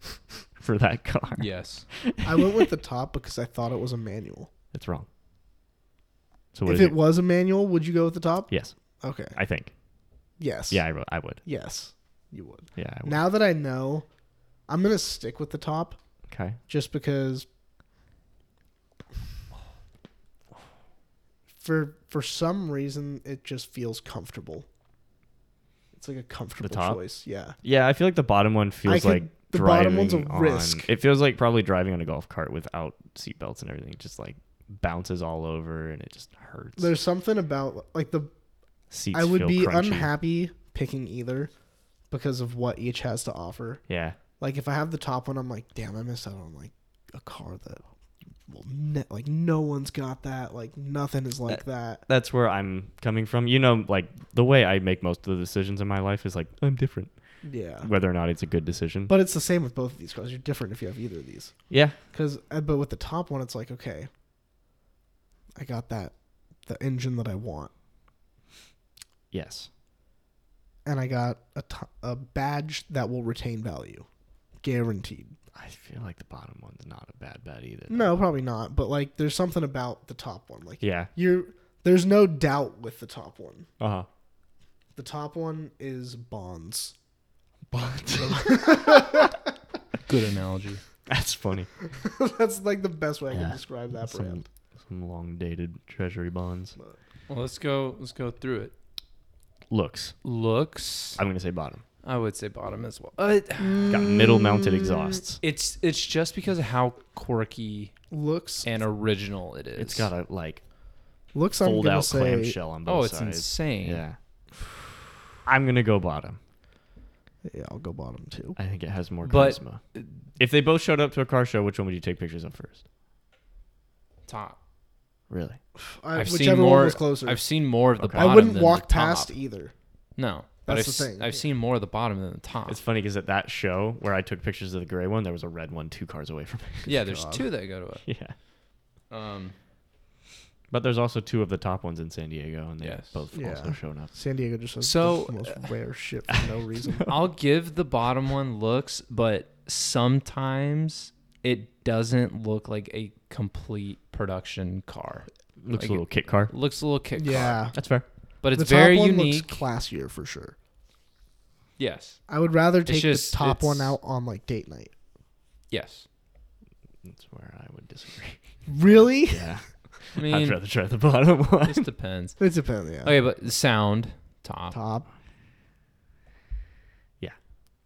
S2: (laughs) for that car.
S1: Yes.
S3: I went with the top because I thought it was a manual.
S2: It's wrong. So what is
S3: if it
S2: your-
S3: was a manual, would you go with the top?
S2: yes,
S3: Okay.
S2: I think.
S3: Yes.
S2: Yeah, I, ro- I would.
S3: Yes. You would.
S2: Yeah, I would.
S3: Now that I know, I'm gonna stick with the top
S2: okay.
S3: just because. For for some reason, it just feels comfortable. It's like a comfortable
S2: top?
S3: choice. Yeah.
S2: Yeah, I feel like the bottom one feels
S3: could-
S2: like
S3: the
S2: driving
S3: bottom one's a
S2: on-
S3: risk.
S2: It feels like probably driving on a golf cart without seatbelts and everything. It just like bounces all over and it just hurts.
S3: There's something about like the
S2: Seats
S3: I would
S2: feel
S3: be
S2: crunchy.
S3: unhappy picking either because of what each has to offer.
S2: Yeah,
S3: Like if I have the top one, I'm like, damn, I missed out on like a car that will ne- like no one's got that. Like nothing is like that.
S2: that's where I'm coming from. You know, like the way I make most of the decisions in my life is like I'm different,
S3: Yeah.
S2: whether or not it's a good decision.
S3: But it's the same with both of these cars. You're different if you have either of these.
S2: yeah,
S3: Cause uh, but with the top one, it's like okay, I got that the engine that I want,
S2: yes,
S3: and I got a to- a badge that will retain value. guaranteed.
S2: I feel like the bottom one's not a bad bet either. though.
S3: No, probably not. But like, there's something about the top one. Like,
S2: Yeah.
S3: you're there's no doubt with the top one.
S2: Uh huh.
S3: The top one is bonds.
S1: Good analogy.
S2: (laughs) That's funny.
S3: (laughs) That's like the best way I
S2: Yeah.
S3: can describe that
S2: Some,
S3: brand.
S2: some long dated treasury bonds.
S1: Well, let's go. Let's go through it.
S2: Looks.
S1: Looks.
S2: I'm gonna say bottom.
S1: I would say bottom as well. Uh,
S2: Got middle mounted exhausts.
S1: it's it's just because of how quirky
S3: Looks
S1: and original it is.
S2: It's got a like
S3: looks. I'm
S2: fold
S3: gonna
S2: out
S3: say
S2: clamshell on both
S1: oh, it's
S2: sides.
S1: insane.
S2: Yeah. I'm gonna go bottom.
S3: yeah, I'll go bottom too.
S2: I think it has more
S1: But-
S2: charisma. if they both showed up to a car show, which one would you take pictures of first?
S1: Top.
S2: Really?
S3: I,
S1: I've seen
S3: Uh, whichever
S1: more-
S3: one was closer.
S1: I've seen more of the
S2: Okay.
S1: bottom.
S3: I wouldn't
S1: than
S3: walk
S1: the top.
S3: past either.
S1: No, but
S3: That's
S1: I've,
S3: the
S1: s-
S3: thing.
S1: I've seen more of the bottom than the top.
S2: It's funny because at that show where I took pictures of the gray one, there was a red one two cars away from
S1: (laughs) yeah, there's
S3: God.
S1: two that go to it.
S2: me. (laughs) Yeah.
S1: Um,
S2: But there's also two of the top ones in San Diego, and they've
S1: Yes.
S2: both
S3: Yeah.
S2: also shown up.
S3: San Diego just has
S1: So- uh,
S3: the most rare shit for
S1: (laughs)
S3: no reason.
S1: (laughs) I'll give the bottom one looks, but sometimes it doesn't look like a complete production car.
S2: Looks
S1: Like
S2: a little kit car.
S1: Looks a little kick car,
S3: yeah,
S2: That's fair.
S1: but it's
S3: the top
S1: very
S3: one
S1: unique.
S3: Looks classier for sure.
S1: yes,
S3: I would rather take
S1: just-
S3: the top one
S1: it's-
S3: out on like date night.
S1: yes.
S2: That's where I would disagree.
S3: Really?
S2: (laughs)
S3: (laughs)
S2: Yeah.
S1: I
S2: I'd
S1: mean,
S2: rather try the bottom one.
S1: this depends.
S3: It depends. Yeah.
S1: Okay, but the sound top.
S3: Top.
S2: Yeah.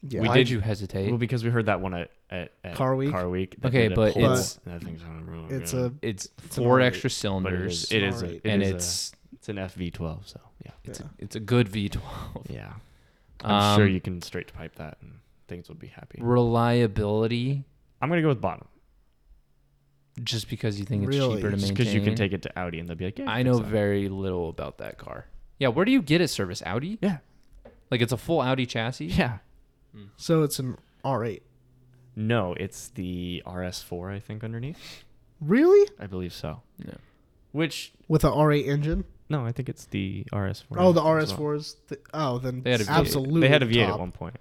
S3: Yeah.
S1: Why
S2: I-
S1: did you hesitate?
S2: (laughs) Well, because we heard that one at, at, at
S3: Car Week?
S2: Car Week.
S1: Okay,
S2: ended up
S1: but
S2: pole.
S1: it's-
S2: that thing's on the road,
S3: It's
S2: yeah.
S3: a
S1: it's
S3: an
S1: four
S3: R8,
S1: extra
S2: But it
S1: cylinders,
S2: is. It is. A,
S3: Alright.
S2: it
S1: and
S2: is a-
S1: it's
S2: it's an FV12. So yeah.
S1: it's
S3: yeah.
S1: a, it's a good V12.
S2: Yeah. I'm sure
S1: Um,
S2: you can straight pipe that, and things would be happy.
S1: reliability
S2: I'm gonna go with bottom
S1: just because you think it's
S3: Really?
S1: cheaper to
S2: just
S1: maintain.
S2: because you can take it to Audi, and they'll be like, yeah.
S1: I
S2: fix
S1: know
S2: that.
S1: very little about that car. Yeah, where do you get it service? Audi?
S2: Yeah.
S1: Like it's a full Audi chassis?
S2: Yeah.
S3: So it's an R8.
S2: No, it's the RS4, I think, underneath.
S3: Really?
S2: I believe so.
S1: Yeah.
S2: Which
S3: With an R8 engine?
S2: no, I think it's the RS4.
S3: Oh, the
S2: as well.
S3: RS4 is. The, oh, then
S1: They had a V8.
S3: absolutely.
S2: They had a V8
S3: top.
S2: at one point.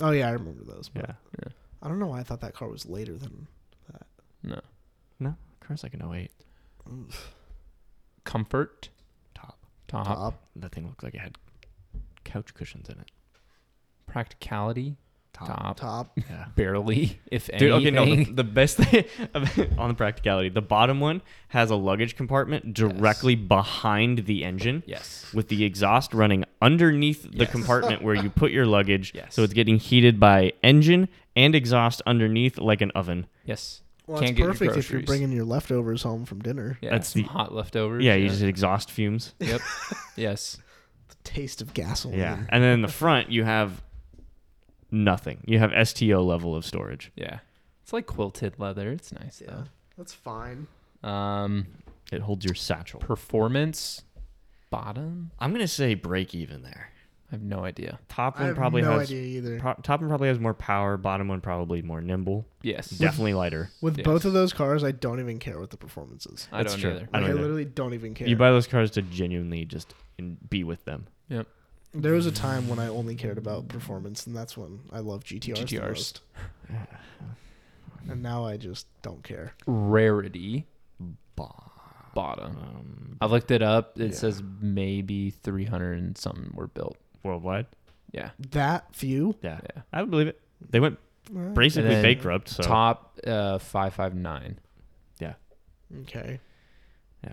S3: Oh yeah, I remember those. But
S2: Yeah.
S3: I don't know why I thought that car was later than that.
S1: No.
S2: No, car's like an 08 Uh-huh.
S1: Comfort
S2: top.
S1: top,
S3: Top.
S2: That thing looked like it had couch cushions in it.
S1: practicality (laughs)
S2: Top.
S1: top,
S3: Top.
S2: Yeah.
S1: barely if
S2: Dude,
S1: anything.
S2: okay,
S1: (laughs)
S2: no. The, the best thing (laughs) on the practicality, the bottom one has a luggage compartment directly behind the engine
S1: yes.
S2: with the exhaust running underneath the
S1: Yes.
S2: compartment where you put your luggage.
S1: Yes.
S2: So it's getting heated by engine and exhaust underneath like an oven.
S1: Yes.
S2: (laughs)
S3: Well,
S1: Can't
S3: it's
S1: get your
S3: perfect if you're
S1: groceries.
S3: bringing your leftovers home from dinner.
S1: Yeah.
S2: That's
S1: some
S2: the-
S1: hot leftovers.
S2: Yeah, you just hit exhaust fumes.
S1: Yep. yes.
S3: The taste of gasoline.
S2: Yeah. And then in the front, you have nothing. You have STO level of storage.
S1: Yeah. It's like quilted leather. It's nice
S3: Yeah. That's fine.
S1: though. Um
S2: It holds your satchel.
S1: performance bottom?
S2: I'm going to say break even there.
S1: I have no idea.
S2: Top
S3: I
S2: one
S3: have
S2: probably
S3: no
S2: has
S3: idea either.
S2: pro- top one probably has more power, bottom one probably more nimble.
S3: (laughs)
S1: Yes.
S2: Definitely lighter.
S3: With
S1: Yes.
S3: both of those cars, I don't even care what the performance is.
S1: I
S2: That's
S1: don't
S2: true.
S1: either.
S2: I
S3: Like,
S2: don't
S3: I,
S2: either.
S3: literally don't even care.
S2: You buy those cars to genuinely just in- be with them.
S1: Yep.
S3: there was a time when I only cared about performance, and that's when I loved GTRs, the
S1: GTRs.
S2: (laughs)
S3: most. And now I just don't care.
S1: Rarity
S2: Bottom.
S1: bottom.
S2: Um,
S1: I looked it up. It says maybe 300 and something were built.
S2: worldwide.
S1: Yeah.
S3: That Uh, few.
S2: Yeah.
S1: Yeah.
S2: I would believe it. They went basically
S1: then
S2: bankrupt. So
S1: Top uh 559.
S3: Okay.
S2: Yeah.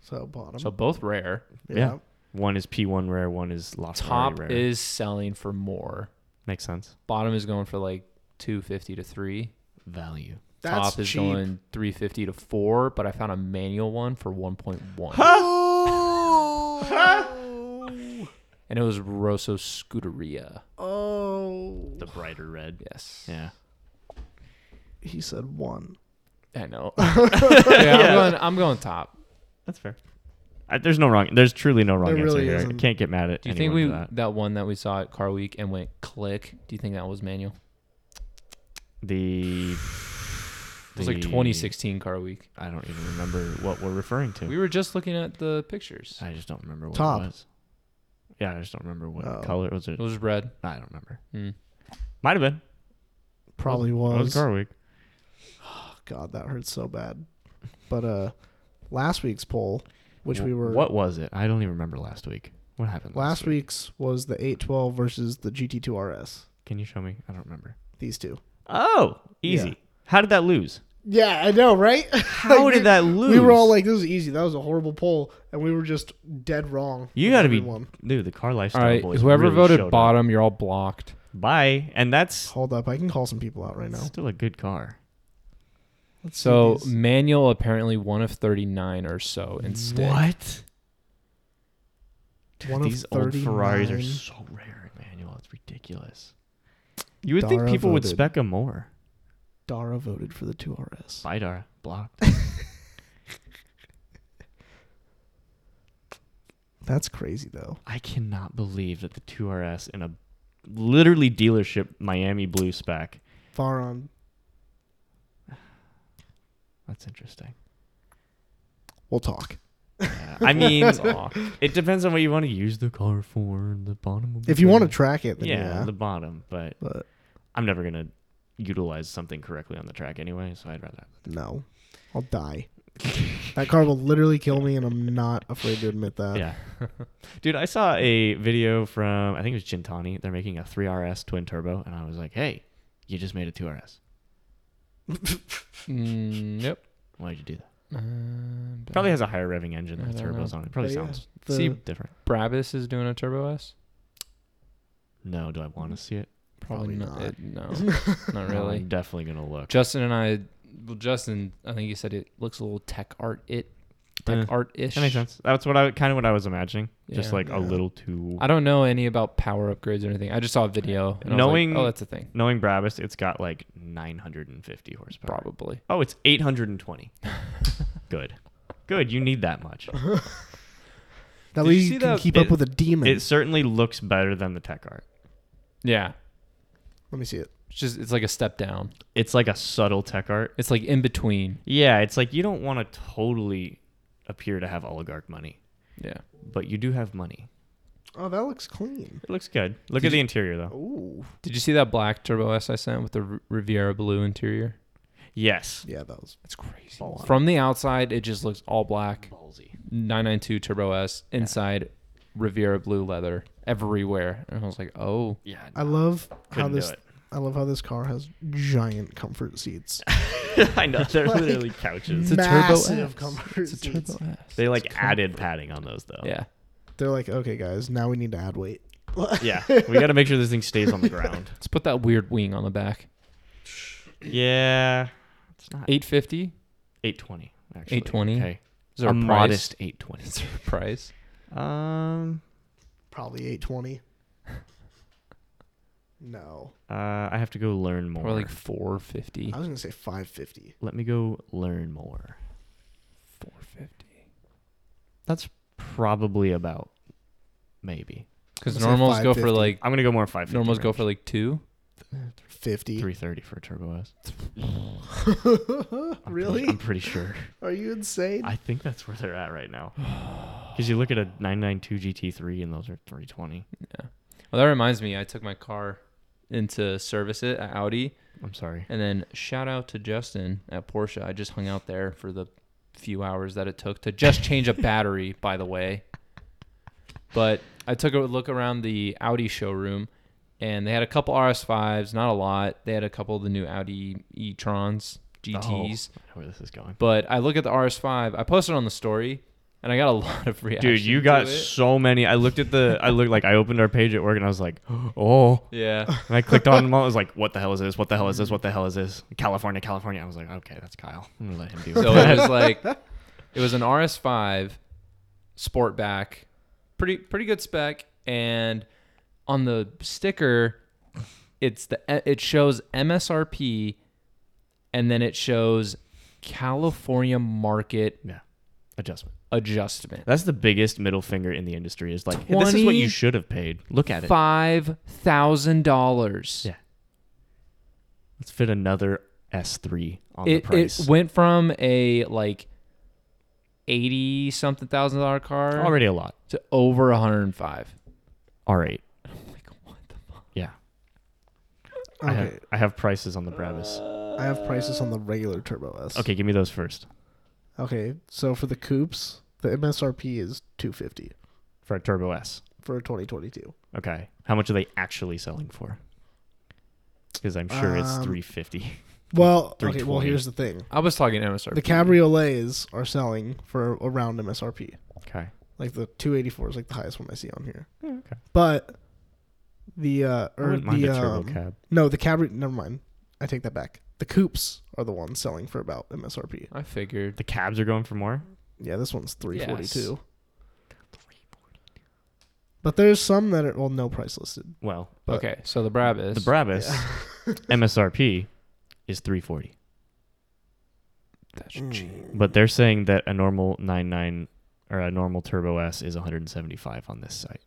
S3: So bottom.
S1: So both rare.
S2: yeah. one is P1 rare, one is Lost
S1: Top
S2: rare.
S1: is selling for more.
S2: Makes sense.
S1: Bottom is going for like 250 to 3.
S2: Value.
S3: That's
S1: Top is
S3: cheap.
S1: going 350 to 4, but I found a manual one for 1.1.
S3: Oh.
S1: And it was Rosso Scuderia.
S3: oh.
S2: The brighter red.
S1: Yes.
S2: Yeah.
S3: He said one.
S1: I
S2: (laughs)
S1: know. yeah, I'm, going, I'm going top.
S2: That's fair. I, there's no wrong. There's truly no wrong
S3: There
S2: answer
S3: really
S2: here.
S3: isn't.
S2: Can't get mad at.
S1: Do you think we
S2: anyone for
S1: that. one that we saw at Car Week and went click? Do you think that was manual?
S2: that. the?
S1: It was like
S2: the-
S1: 2016 Car Week.
S2: I don't even remember what we're referring to.
S1: We were just looking at the pictures.
S2: I just don't remember what
S3: Top.
S2: it was. Yeah, I just don't remember what
S3: Oh.
S2: color was it.
S1: It was red.
S2: I don't remember.
S1: Mm.
S2: Might have been.
S3: Probably was.
S2: That was Garwick.
S3: Oh, God, that hurts so bad. But uh, last week's poll, which we were
S2: What was it? I don't even remember last week. What happened
S3: last week's was the 812 versus the GT2 RS.
S2: Can you show me? I don't remember.
S3: These two.
S2: Oh, easy.
S3: easy.
S2: How did that lose?
S3: (laughs) Yeah, I know, right? (laughs)
S2: How did that lose?
S3: We were all like, "This is easy. That was a horrible poll," and we were just dead wrong.
S2: you
S3: with
S2: got to be,
S3: everyone.
S2: dude. The car
S1: All
S2: lifestyle.
S1: right,
S2: boys
S1: whoever
S2: really showed
S1: voted
S2: up.
S1: bottom, you're all blocked.
S2: Bye. And that's
S3: Hold up, Oh, I can call some people out right now.
S2: still a good car.
S3: Let's see
S1: So
S3: these.
S1: manual apparently one of 39 or so instead.
S2: What? Dude,
S3: One of
S2: these old Ferraris are
S3: 39.
S2: so rare in manual. It's ridiculous. You would think
S3: Dara
S2: people would
S3: voted.
S2: spec them more.
S3: Dara voted for the two RS.
S2: Bidar blocked.
S3: That's crazy though.
S2: I cannot believe that the 2RS in a literally dealership Miami blue spec.
S3: Faron
S2: That's interesting.
S3: We'll talk.
S2: Yeah. I
S3: (laughs)
S2: mean, (laughs)
S1: Blocked.
S2: it depends on what you want to use the car for. and The bottom. Of the
S3: If you want to
S2: thing.
S3: track it, then
S2: yeah,
S3: yeah.
S2: the bottom. But
S3: but
S2: I'm never gonna utilize something correctly on the track anyway, so I'd rather.
S3: no, I'll
S2: (laughs)
S3: die. that car will literally kill me, and I'm not afraid to admit that.
S2: yeah, (laughs) dude, I saw a video from I think it was Gintani. They're making a 3RS twin turbo, and I was like, hey, you just made a 2RS.
S1: Mm, yep.
S2: Why did you do that?
S1: Um,
S2: Probably has a higher revving engine
S1: I
S2: than the
S1: don't
S2: turbos
S1: know.
S2: on it. Probably
S3: But yeah,
S2: sounds
S3: the- (laughs)
S1: See-
S2: different.
S1: Brabus is doing a Turbo S.
S2: No, do I want to see it?
S1: Probably, not.
S3: Probably not.
S1: It- no, not
S2: No,
S1: really.
S2: I'm definitely gonna look.
S1: Justin and I, well, Justin, I think he said it looks a little tech art it, tech
S2: Yeah,
S1: art ish.
S2: uh, That makes sense. That's what I kind of what I was imagining. Just
S1: Yeah.
S2: like
S3: Yeah.
S2: a little too.
S1: I don't know any about power upgrades or anything. I just saw a video. And
S2: Knowing-
S1: I was like, oh, that's a thing.
S2: Knowing Brabus, it's got like 950 horsepower.
S1: Probably.
S2: Oh, it's 820. (laughs) Good. Good. You need that
S3: (laughs)
S2: much.
S3: That
S2: oh.
S1: Did
S3: way
S1: you
S3: you,
S1: see
S3: can
S1: that-
S3: keep
S2: it-
S3: up with a demon.
S2: It certainly looks better than the Tech Art.
S1: Yeah,
S3: Let me see it.
S1: it's just it's like a step down.
S2: It's like a subtle Tech Art.
S1: It's like in between.
S2: Yeah, it's like you don't want to totally appear to have oligarch money,
S1: Yeah.
S2: but you do have money.
S3: Oh, that looks clean.
S2: It looks good. Look
S1: Did
S2: at the
S1: you-
S2: interior though.
S3: Ooh,
S1: Did you see that black Turbo S I sent with the R- Riviera blue interior?
S2: Yes.
S3: yeah, that was
S1: That's crazy.
S2: Ball on.
S1: From the outside, it just looks all black.
S2: Ballsy.
S1: 992 Turbo S inside Riviera blue leather everywhere, and I was like, oh.
S2: Yeah.
S3: I love how
S2: Couldn't do
S3: this.
S2: it.
S3: I love how this car has giant comfort seats.
S2: (laughs) I know. They're
S3: (laughs) Like-
S2: literally couches.
S1: It's a Turbo S.
S3: Massive comfort
S1: It's a Turbo S.
S2: They like added padding on those though.
S1: Yeah.
S3: They're like, okay, guys, now we need to
S2: (laughs)
S3: add weight.
S1: (laughs)
S2: Yeah. We got to make sure this thing stays on the ground.
S1: Let's put that weird wing on the back.
S2: Yeah. It's not
S1: 850
S2: 820 actually.
S1: 820?
S2: Okay.
S1: is there
S2: a
S1: a price?
S2: modest 820.
S1: Is there a price?
S2: Um
S3: Probably eight twenty. No,
S2: uh I have to go learn more.
S1: Probably like 450.
S3: I was gonna say five fifty.
S2: Let me go learn more.
S1: 450.
S2: That's probably about maybe.
S1: Cuz
S3: Let's say
S1: normals go for
S3: 550.
S1: like
S2: I'm going to go more 550.
S1: normals go
S2: range.
S1: for like 2.
S3: Fifty.
S2: 330 for a Turbo S. I'm pretty-
S3: (laughs) really?
S2: I'm pretty sure.
S3: Are you insane?
S2: I think that's where they're at
S1: (sighs)
S2: right now. Cuz you look at a 992 GT3 and those are 320.
S1: Well, that reminds me, I took my car into service it at Audi
S2: I'm sorry.
S1: and then shout out to Justin at Porsche. I just hung out there for the few hours that it took to just change a battery, (laughs) by the way. But I took a look around the Audi showroom, and they had a couple RS5s, not a lot. They had a couple of the new Audi e-trons, GTs.
S2: Oh, I know where this is going.
S1: But I look at the RS5. I posted on the story, and I got a (laughs) lot of reactions.
S2: Dude, you got
S1: to it.
S2: so many. I looked at the, I looked like I opened our page at work and I was like, oh.
S1: yeah.
S2: And I clicked on them all. I was like, what the hell is this? What the hell is this? What the hell is this? California, California. I was like, okay, that's Kyle. I'm going to let him do
S1: So
S2: it.
S1: it was like it was an RS5 Sportback, pretty pretty good spec, and on the sticker, it's the it shows MSRP, and then it shows California market
S2: yeah. (laughs) Adjustment.
S1: adjustment
S2: That's the biggest middle finger in the industry is like, hey, this is what you
S1: 20
S2: should have paid. Look at it.
S1: five thousand dollars.
S2: Yeah. Let's fit another S3 on the
S1: It
S2: price.
S1: it went from a like eighty something thousand dollar car
S2: Already a lot.
S1: to over a hundred and five.
S2: R8.
S1: Like what the fuck?
S2: Yeah. I,
S3: Okay.
S2: have, I have prices on the Brabus.
S3: I have prices on the regular Turbo S.
S2: Okay, give me those first
S3: Okay. So for the coupes, the MSRP is 250
S2: for a Turbo S.
S3: for a 2022.
S2: Okay, how much are they actually selling for? Because I'm sure it's
S3: Um,
S2: 350.
S3: Well, okay, well
S2: 320.
S3: here's the thing.
S1: I was talking MSRP.
S3: The cabriolets are selling for around MSRP.
S2: Okay.
S3: Like the 284 is like the highest one I see on here.
S2: Hmm. okay.
S3: But the uh
S2: I
S3: or
S2: wouldn't mind
S3: the
S2: a turbo
S3: um,
S2: cab.
S3: no, the cabri never mind. I take that back. The coupes are the ones selling for about MSRP.
S1: I figured.
S2: The cabs are going for more.
S3: Yeah, this one's 342.
S1: Yes.
S3: But there's some that are well no price listed.
S2: Well,
S3: But-
S1: okay, so the Brabus.
S2: the Brabus MSRP is 340,
S1: That's
S3: Hmm.
S2: but they're saying that a normal 99 or a normal Turbo S is 175 on this site.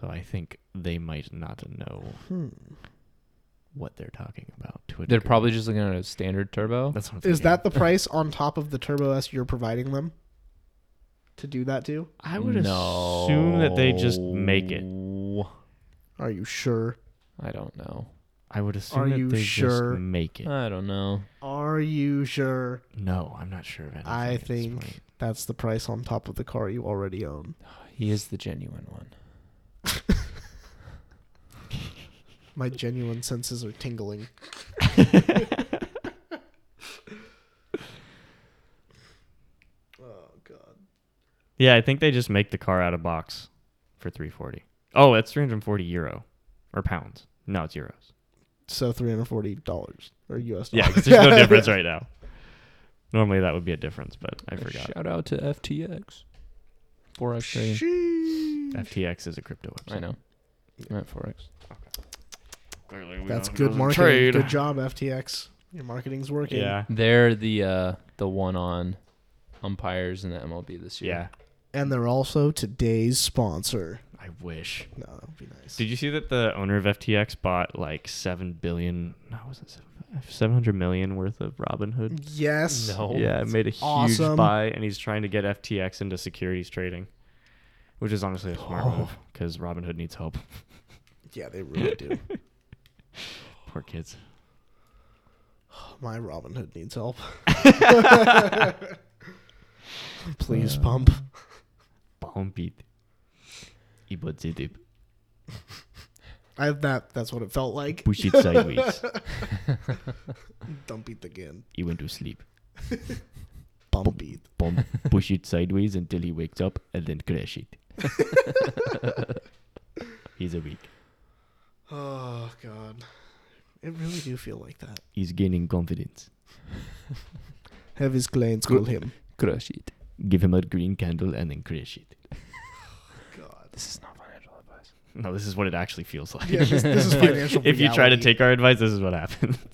S2: So I think they might not know
S3: Hmm.
S2: what they're talking about. To a
S1: They're
S2: degree.
S1: probably just looking at a standard turbo.
S2: that's what I'm
S3: Is
S2: thinking.
S3: that the price on top of the Turbo S you're providing them to do that to?
S2: I would assume that they just make it.
S1: No.
S3: Are you sure?
S1: I don't know.
S2: I would assume
S3: Are
S2: that
S3: you
S2: they
S3: sure?
S2: just make it.
S1: I don't know.
S3: Are you sure?
S2: no, I'm not sure of anything.
S3: I
S2: at this
S3: think-
S2: point.
S3: That's the price on top of the car you already own.
S1: He is the genuine one.
S3: My genuine senses are tingling. (laughs) oh god.
S2: Yeah, I think they just make the car out of box for 340. Oh, that's 340 euro or pounds. No, it's euros.
S3: So three hundred forty dollars or
S2: (laughs)
S3: US
S2: Yeah,
S3: dollars.
S2: 'cause (laughs) there's
S3: (laughs)
S2: no difference right now. Normally that would be a difference, but I forgot.
S1: Shout out to FTX. Forex trading.
S3: Sheesh.
S2: FTX is a crypto website.
S1: I know. I meant Forex.
S3: That's good marketing. Good job, FTX. Your marketing's working.
S2: Yeah.
S1: They're the uh, the one on umpires in the MLB this year.
S2: Yeah.
S3: And they're also today's sponsor.
S2: I wish.
S3: No, that would be nice.
S2: Did you see that the owner of FTX bought like 7 billion, no, was it 7, 700 million worth of Robinhood?
S3: Yes.
S1: No.
S2: yeah, made a huge
S3: awesome.
S2: buy and he's trying to get FTX into securities trading, which is honestly a smart
S1: Oh.
S2: move cuz Robinhood needs help.
S3: Yeah, they
S2: (laughs)
S3: really do.
S2: Poor kids.
S3: My Robin Hood
S2: (laughs)
S3: needs help. Please
S2: Uh,
S3: pump.
S2: Bomb beat.
S1: (laughs)
S2: Ibadzidib.
S3: I have that. That's what it felt like.
S2: Push it sideways.
S3: Dump beat again.
S2: he went to sleep.
S3: Bump beat.
S2: Bomb, push it sideways until he wakes up and then crash it.
S1: (laughs)
S2: He's a weak.
S3: Oh god. It really do feel like that.
S2: He's gaining confidence.
S3: Have his clients call him.
S1: Crush it.
S2: Give him a green candle and then crash it.
S3: God.
S1: This is not financial advice.
S2: No, this is what it actually feels like.
S3: Yeah,
S1: (laughs)
S3: this, this is financial.
S2: if you try to
S3: reality.
S2: take our advice, this is what happens. (laughs)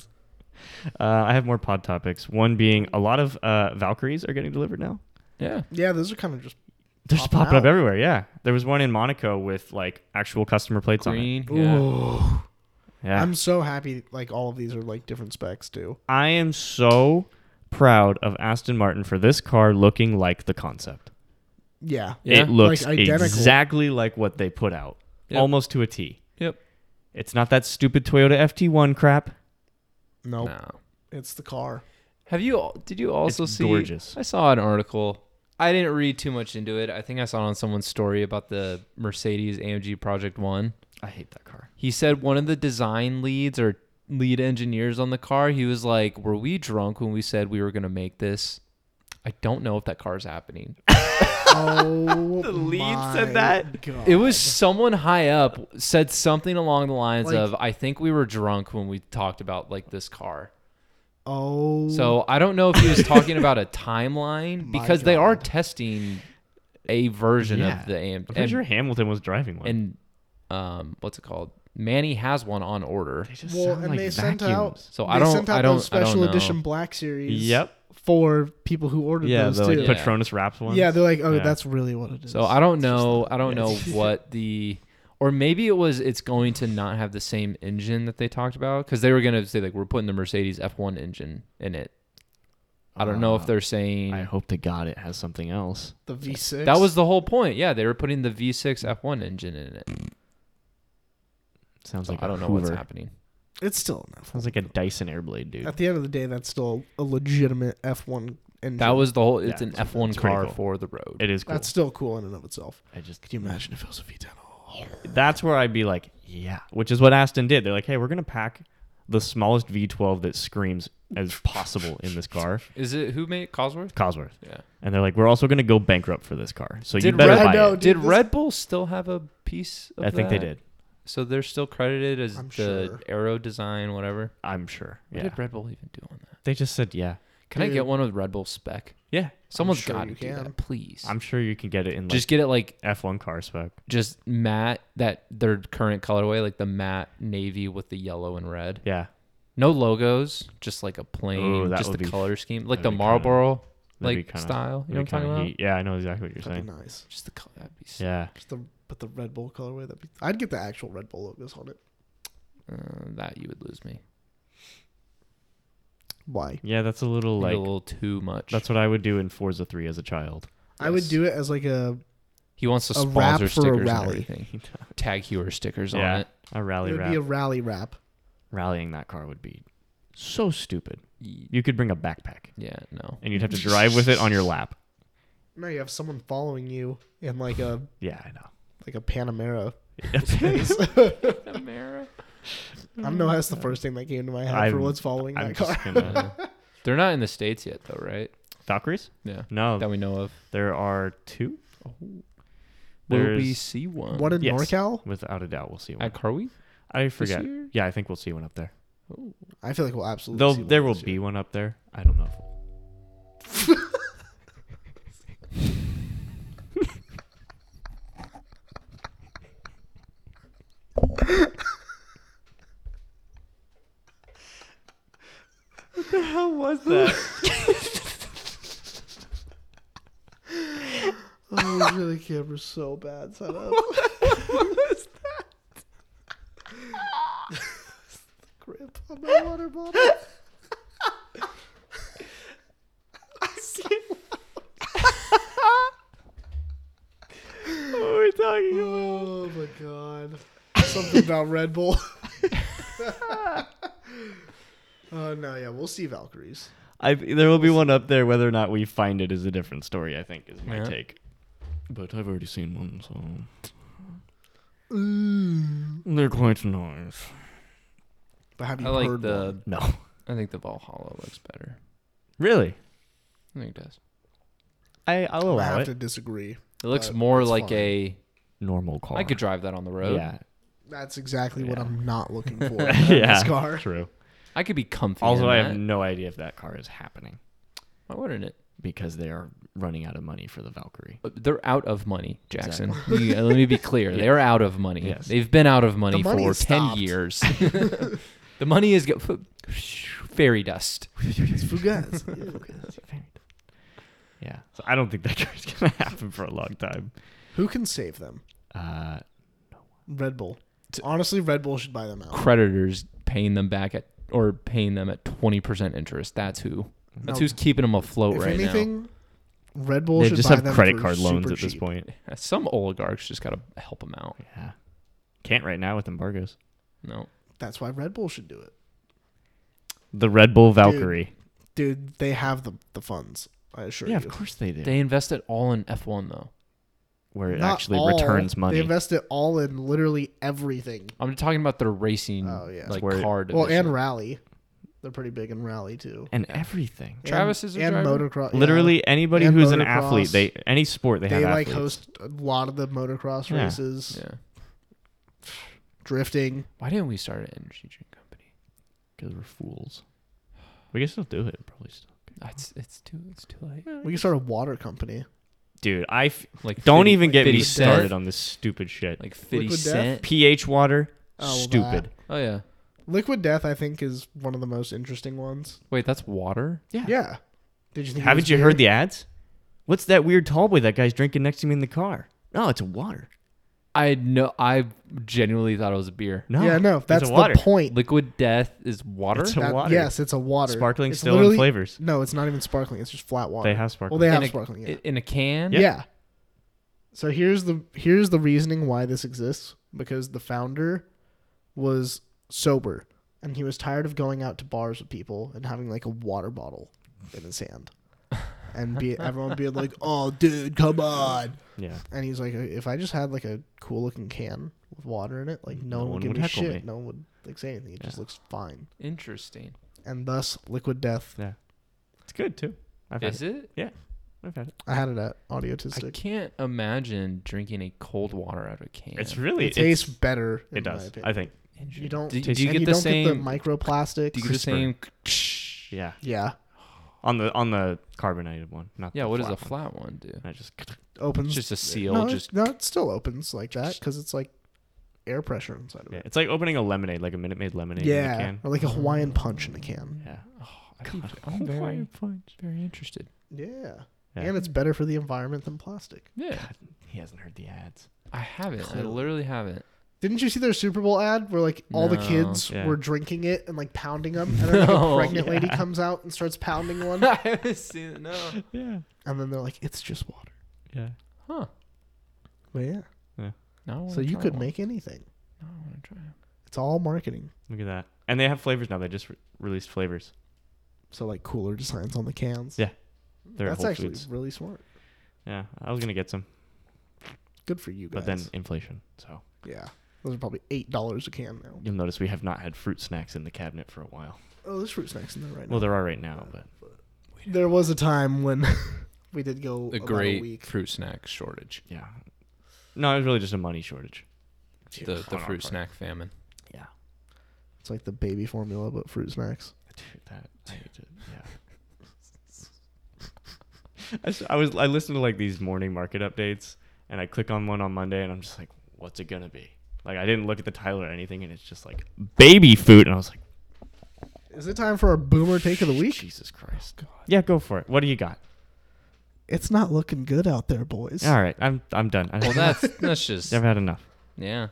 S2: Uh, I have more pod topics. One being a lot of uh, Valkyries are getting delivered now.
S1: Yeah.
S3: Yeah, those are kind of just.
S2: They're just
S3: Popping
S2: popping up
S3: out.
S2: everywhere. Yeah, there was one in Monaco with like actual customer plates on it.
S1: Green. Yeah.
S3: Ooh.
S2: Yeah,
S3: I'm so happy. Like all of these are like different specs too.
S2: I am so proud of Aston Martin for this car looking like the concept.
S3: Yeah.
S1: Yeah.
S2: It looks
S3: Like identical.
S2: exactly like what they put out,
S1: Yep.
S2: almost to a T.
S1: Yep.
S2: It's not that stupid Toyota FT1 crap. Oh.
S3: No,
S1: No.
S3: it's the car.
S1: Have you? al- Did you also
S2: It's
S1: see?
S2: gorgeous.
S1: I saw an article. I didn't read too much into it. I think I saw it on someone's story about the Mercedes AMG Project One.
S2: I hate that car.
S1: He said one of the design leads or lead engineers on the car. He was like, "Were we drunk when we said we were going to make this?" I don't know if that car's happening.
S3: Oh, the
S2: lead said that?
S3: God.
S1: It was someone high up said something along the lines
S3: Like-
S1: of, "I think we were drunk when we talked about like this car."
S3: Oh,
S1: So I don't know if he was talking about a timeline
S3: (laughs) My
S1: because they are
S3: God.
S1: testing a version
S2: Yeah.
S1: of the AMG.
S2: I'm pretty
S1: And,
S2: sure Hamilton was driving one.
S1: and um, what's it called? Manny has one on order.
S2: they just
S3: Well,
S2: sound
S3: and
S2: like
S3: they
S2: vacuums.
S3: sent out-
S1: So
S3: they
S1: I don't.
S3: sent out
S1: I don't.
S3: those special
S1: I don't know.
S3: edition Black Series.
S2: Yep.
S3: For people who ordered
S2: Yeah,
S3: those
S2: the like
S3: too.
S1: Yeah.
S2: Patronus wraps ones.
S3: yeah, they're like, oh,
S2: Yeah.
S3: that's really what it is.
S1: So I don't
S3: It's just
S1: know. I don't
S2: yeah,
S1: know
S3: (laughs)
S1: what the or maybe it was it's going to not have the same engine that they talked about because they were going to say like we're putting the Mercedes F1 engine in it. I don't know
S2: Uh,
S1: if
S3: Ah,
S1: they're saying
S2: I hope to God it has something else.
S3: the V6.
S1: that was the whole point. Yeah, they were putting the V6 F1 engine in it.
S2: Sounds
S1: So
S2: like
S1: I
S2: a
S1: Oh, don't know
S2: Hoover.
S1: what's happening.
S3: It's still enough.
S2: Sounds like a Dyson Airblade, dude.
S3: At the end of the day, that's still a legitimate F1 engine.
S1: That was the whole. It's
S2: Yeah,
S1: an
S2: it's-
S1: F one
S2: it's pretty
S1: car
S2: cool.
S1: for the road.
S2: It is cool.
S3: That's still cool in and of itself.
S2: I just
S3: Could you imagine if it was a V10? Oh,
S2: that's where I'd be like, yeah, which is what Aston did. They're like, hey, we're gonna pack the smallest V12 that screams as possible in this car,
S1: Is it who made it? Cosworth?
S2: Cosworth,
S1: Yeah.
S2: and they're like, we're also gonna go bankrupt for this car, so you
S1: Did
S2: better
S1: Red-
S2: buy
S3: I know,
S2: it.
S3: dude,
S1: Did
S3: this-
S1: Red Bull still have a piece? of
S2: I think they
S1: that?
S2: did.
S1: So they're still credited as
S3: I'm
S1: the
S3: sure.
S1: aero design, whatever.
S2: I'm sure.
S1: What
S2: Yeah,
S1: did Red Bull even do on that?
S2: they just said yeah,
S1: Can I
S3: Dude.
S1: get one with Red Bull spec?
S2: yeah.
S1: Someone's
S3: sure
S1: got to
S3: you
S1: do
S3: can.
S1: that, please.
S2: I'm sure you can get it in like
S1: just get it like
S2: F1 car spec.
S1: just matte that their current colorway, like the matte navy with the yellow and red.
S2: Yeah,
S1: No logos, just like a plain,
S2: Ooh, that
S1: just
S2: would
S1: the
S2: be-
S1: color scheme, like
S2: that'd
S1: the
S2: be kinda-
S1: Marlboro
S2: That'd be
S1: like
S2: kinda-
S1: style. You know what
S2: that'd be
S1: I'm talking
S2: kinda
S1: about?
S2: heat. Yeah, I know exactly what you're saying.
S3: That'd be nice.
S1: Just the color. That'd be sick.
S2: Yeah,
S3: Just the but the Red Bull colorway. That'd be. I'd get the actual Red Bull logos on it.
S1: Uh, that you would lose me.
S3: Why?
S2: yeah. That's a
S1: Maybe
S2: little like
S1: a little too much.
S2: that's what I would do in Forza 3 as a (laughs) child.
S3: I would
S1: Yes.
S3: do it as like a.
S1: he wants to
S3: a wrap
S1: sponsor
S3: for a
S1: stickers and
S3: rally.
S1: everything. Tag Heuer stickers
S2: Yeah.
S1: on it.
S2: A
S3: It
S2: rally
S3: would
S2: wrap.
S3: be a rally wrap.
S2: Rallying that car would be so stupid.
S1: Ye-
S2: You could bring a backpack
S1: Yeah, no.
S2: and you'd
S3: (laughs)
S2: have to drive with it on your lap.
S3: No, you have someone following you in like a
S2: Yeah, I know.
S3: like a Panamera.
S1: Panamera.
S3: (laughs) I don't know. (laughs) That's the first thing that came to my head for
S2: I'm- (laughs)
S3: what's following
S2: I'm
S3: that car.
S2: just gonna
S3: (laughs)
S1: They're not in the states yet, though, right?
S2: Valkyries?
S1: Yeah,
S2: No,
S1: that we know of.
S2: there are two.
S1: Will we
S2: There's-
S1: see one?
S3: What in
S2: yes.
S3: NorCal?
S2: Without a doubt, we'll see one.
S1: at Car Week?
S2: I forget.
S1: year?
S2: Yeah, I think we'll see one up there.
S3: I feel like we'll absolutely.
S2: Though
S3: see one
S2: there will
S3: this
S2: be
S3: year.
S2: one up there. I don't know. if we'll-
S1: What's that?
S3: (laughs) Oh, those really camera's so bad set up. (laughs) Grip on my water bottle.
S2: (laughs) What are we talking about?
S3: Oh my god. Something about Red Bull. Oh no, yeah, we'll see Valkyries.
S2: I, there will be one up there. Whether or not we find it is a different story. I think is my
S1: Yeah.
S2: take. But I've already seen one, so
S3: Ooh.
S2: they're quite nice.
S3: But have you
S1: I like
S3: heard
S1: the.
S3: one?
S2: No,
S1: I think the Valhalla looks better.
S2: really,
S1: I think it does.
S2: I I'll
S3: I
S2: allow
S3: have
S2: it.
S3: to disagree.
S1: It looks
S3: Uh,
S1: more
S3: it's
S1: like
S3: fine.
S1: a.
S2: Normal car.
S1: I could drive that on the road.
S2: Yeah,
S3: That's exactly what
S2: Yeah.
S3: I'm not looking for. in
S2: (laughs) yeah.
S3: (laughs) This car.
S2: True.
S1: I could be comfy.
S2: Also,
S1: in
S2: I
S1: that.
S2: have no idea if that car is happening
S1: Why wouldn't it?
S2: because they are running out of money for the Valkyrie.
S1: But They're out of money, Jackson. You- uh, let me be clear. They're out of money.
S2: Yes.
S1: They've been out of money,
S3: The money
S1: for
S3: is
S1: ten
S3: stopped. (laughs)
S1: years. (laughs) the money is go- fairy dust.
S2: (laughs)
S3: It's Fugazi. Yeah, Fugazi.
S2: Yeah. So I don't think that (laughs) car is gonna happen for a long time.
S3: Who can save them?
S2: Uh,
S3: Red Bull. Honestly, Red Bull should buy them out.
S1: Creditors paying them back at or paying them at twenty percent interest. That's who. That's
S3: No.
S1: who's keeping them afloat
S3: if
S1: right
S3: anything, Red Bull
S2: they
S3: should
S2: just
S3: buy
S2: have
S3: them
S2: credit
S3: for
S2: card loans
S3: super
S2: at this
S3: cheap.
S2: point.
S1: now. Uh, Some oligarchs just gotta help them out.
S2: Yeah. Can't right now with embargoes.
S1: No,
S3: That's why Red Bull should do it,
S2: The Red Bull Valkyrie.
S3: dude. They have the the funds. I assure
S2: yeah,
S3: you.
S2: of course they do.
S1: they invest it all in F one though.
S2: Where it
S3: Not
S2: actually
S3: all.
S2: returns money.
S3: They invest it all in literally everything.
S1: I'm talking about their racing,
S3: Oh, yeah.
S1: like
S2: Where-
S1: car
S3: Well,
S1: division.
S3: and rally. They're pretty big in rally too.
S2: and everything.
S1: Travis
S3: and,
S1: is a
S3: and
S1: driver?
S3: motocross. yeah.
S2: Literally anybody
S3: And
S2: who's an
S3: motocross.
S2: athlete, they any sport they,
S3: they
S2: have
S3: like
S2: athletes.
S3: host a lot of the motocross
S2: Yeah.
S3: races,
S1: yeah.
S3: drifting.
S1: Why didn't we start an energy drink company?
S2: because we're fools. We can still do it, probably still.
S1: It's it's too it's too late.
S3: We can start a water company.
S2: Dude, I f-
S1: Like
S2: don't
S1: 50
S2: even get me
S1: 50 cent.
S2: started on this stupid shit.
S1: like fifty
S3: Liquid Death?
S1: cent.
S2: pH water,
S3: Oh, well,
S2: stupid.
S1: Oh yeah.
S3: Liquid Death, I think, is one of the most interesting ones.
S1: Wait, that's water.
S3: Yeah. Did you think it
S2: Haven't
S3: was
S2: you
S3: beer?
S2: heard the ads? What's that weird tall boy that guy's drinking next to me in the car? No, it's water.
S1: I know. I genuinely thought it was a beer.
S2: No,
S3: yeah, no,
S2: it's
S3: that's
S2: a water.
S3: the point.
S1: Liquid death is water.
S2: It's a
S3: That-
S2: water.
S3: Yes, it's a water.
S2: Sparkling
S3: It's
S2: still in
S3: literally-
S2: flavors.
S3: No, it's not even sparkling. It's just flat water.
S2: They have sparkling.
S3: Well, they
S1: in
S3: have
S1: a,
S3: sparkling. Yeah.
S1: i- in a can.
S3: yeah. So here's the here's the reasoning why this exists because the founder was sober and he was tired of going out to bars with people and having like a water bottle in his hand, and be everyone being like, "Oh, dude, come on!"
S2: Yeah.
S3: And he's like, "If I just had like a cool looking can with water in it, like no, one would give
S2: would
S3: a
S2: heckle
S3: shit.
S2: me."
S3: No one would like say anything. It just
S2: Yeah.
S3: looks fine."
S1: Interesting.
S3: And thus, Liquid Death.
S2: It's good too. I've had
S1: Is
S2: it.
S1: it?
S2: I've had it.
S3: I had it at
S1: I
S3: Audiotistic.
S1: can't imagine drinking a cold water out of a can.
S2: It's really
S3: It tastes better.
S2: It
S3: in my
S2: does.
S3: opinion.
S2: I think.
S1: Interesting.
S3: you don't-
S1: Do, do
S2: tastes-
S1: you
S3: And
S1: get
S3: you
S1: the
S3: don't
S1: same?
S3: get the microplastics.
S1: do you get the
S2: crisper.
S1: same?
S2: Yeah.
S3: yeah,
S2: On the on the carbonated one, not
S1: Yeah.
S2: The
S1: What does
S2: flat
S1: a flat one do?
S2: One. I just
S3: opens.
S1: It's just a seal.
S3: Mm. no, it-
S1: just
S3: no, it still opens like that because it's like air pressure inside of
S2: yeah.
S3: it.
S2: It's like opening a lemonade, like a Minute Maid lemonade
S3: Yeah,
S2: in a can.
S3: or like a Hawaiian punch in a can.
S2: Yeah. Oh,
S1: I'd be-
S2: God,
S1: I'm
S2: (laughs)
S1: very,
S2: Hawaiian punch.
S1: very interested.
S3: Yeah.
S2: Yeah.
S3: and it's better for the environment than plastic.
S1: Yeah,
S2: God, he hasn't heard the ads.
S1: I haven't. I
S3: Clearly.
S1: literally haven't.
S3: Didn't you see their Super Bowl ad where like all the
S1: No.
S3: kids
S2: Yeah. Oh,
S3: were drinking it and like pounding them, and
S2: (laughs)
S3: then like,
S1: No.
S3: a pregnant
S2: Yeah.
S3: lady comes out and starts pounding
S2: (laughs)
S3: one,
S1: (laughs) I haven't seen it. No.
S3: (laughs)
S2: Yeah.
S3: and then they're like, "It's just water."
S2: Yeah.
S1: Huh.
S3: But yeah,
S1: No.
S3: so you could make anything.
S1: No, I want to try. it.
S3: It's all marketing.
S2: Look at that. And they have flavors now. They just re- released flavors.
S3: So like cooler designs on the cans.
S2: Yeah, They're at
S3: That's
S2: Whole
S3: actually
S2: Foods.
S3: really smart.
S2: Yeah. I was gonna get some,
S3: Good for you
S2: but
S3: guys.
S2: then inflation. So
S3: yeah, those are probably eight dollars a can now.
S2: you'll notice we have not had fruit snacks in the cabinet for a while.
S3: Oh, there's fruit snacks in there right
S2: Well,
S3: now.
S2: there are right now, but
S3: There was a time when (laughs) we did go
S1: The
S3: about a
S1: great
S3: week.
S1: fruit snack shortage.
S2: yeah. No, it was really just a money shortage.
S1: The the
S2: Oh,
S1: fruit
S2: fuck.
S1: snack
S3: (laughs)
S1: famine.
S2: Yeah.
S3: It's like the baby formula, but fruit snacks.
S2: Dude, that I hate it. Yeah. (laughs) I s- I, was I listen to like these morning market updates, and I click on one on Monday, and I'm just like, what's it gonna be? Like I didn't look at the title or anything, and it's just like baby food, and I was like,
S3: Is it time for our boomer take of the week?
S2: Jesus Christ. yeah, go for it. What do you got?
S3: It's not looking good out there, boys.
S2: All right, I'm I'm done. I
S1: Well, that's that's just
S2: never had enough.
S1: yeah.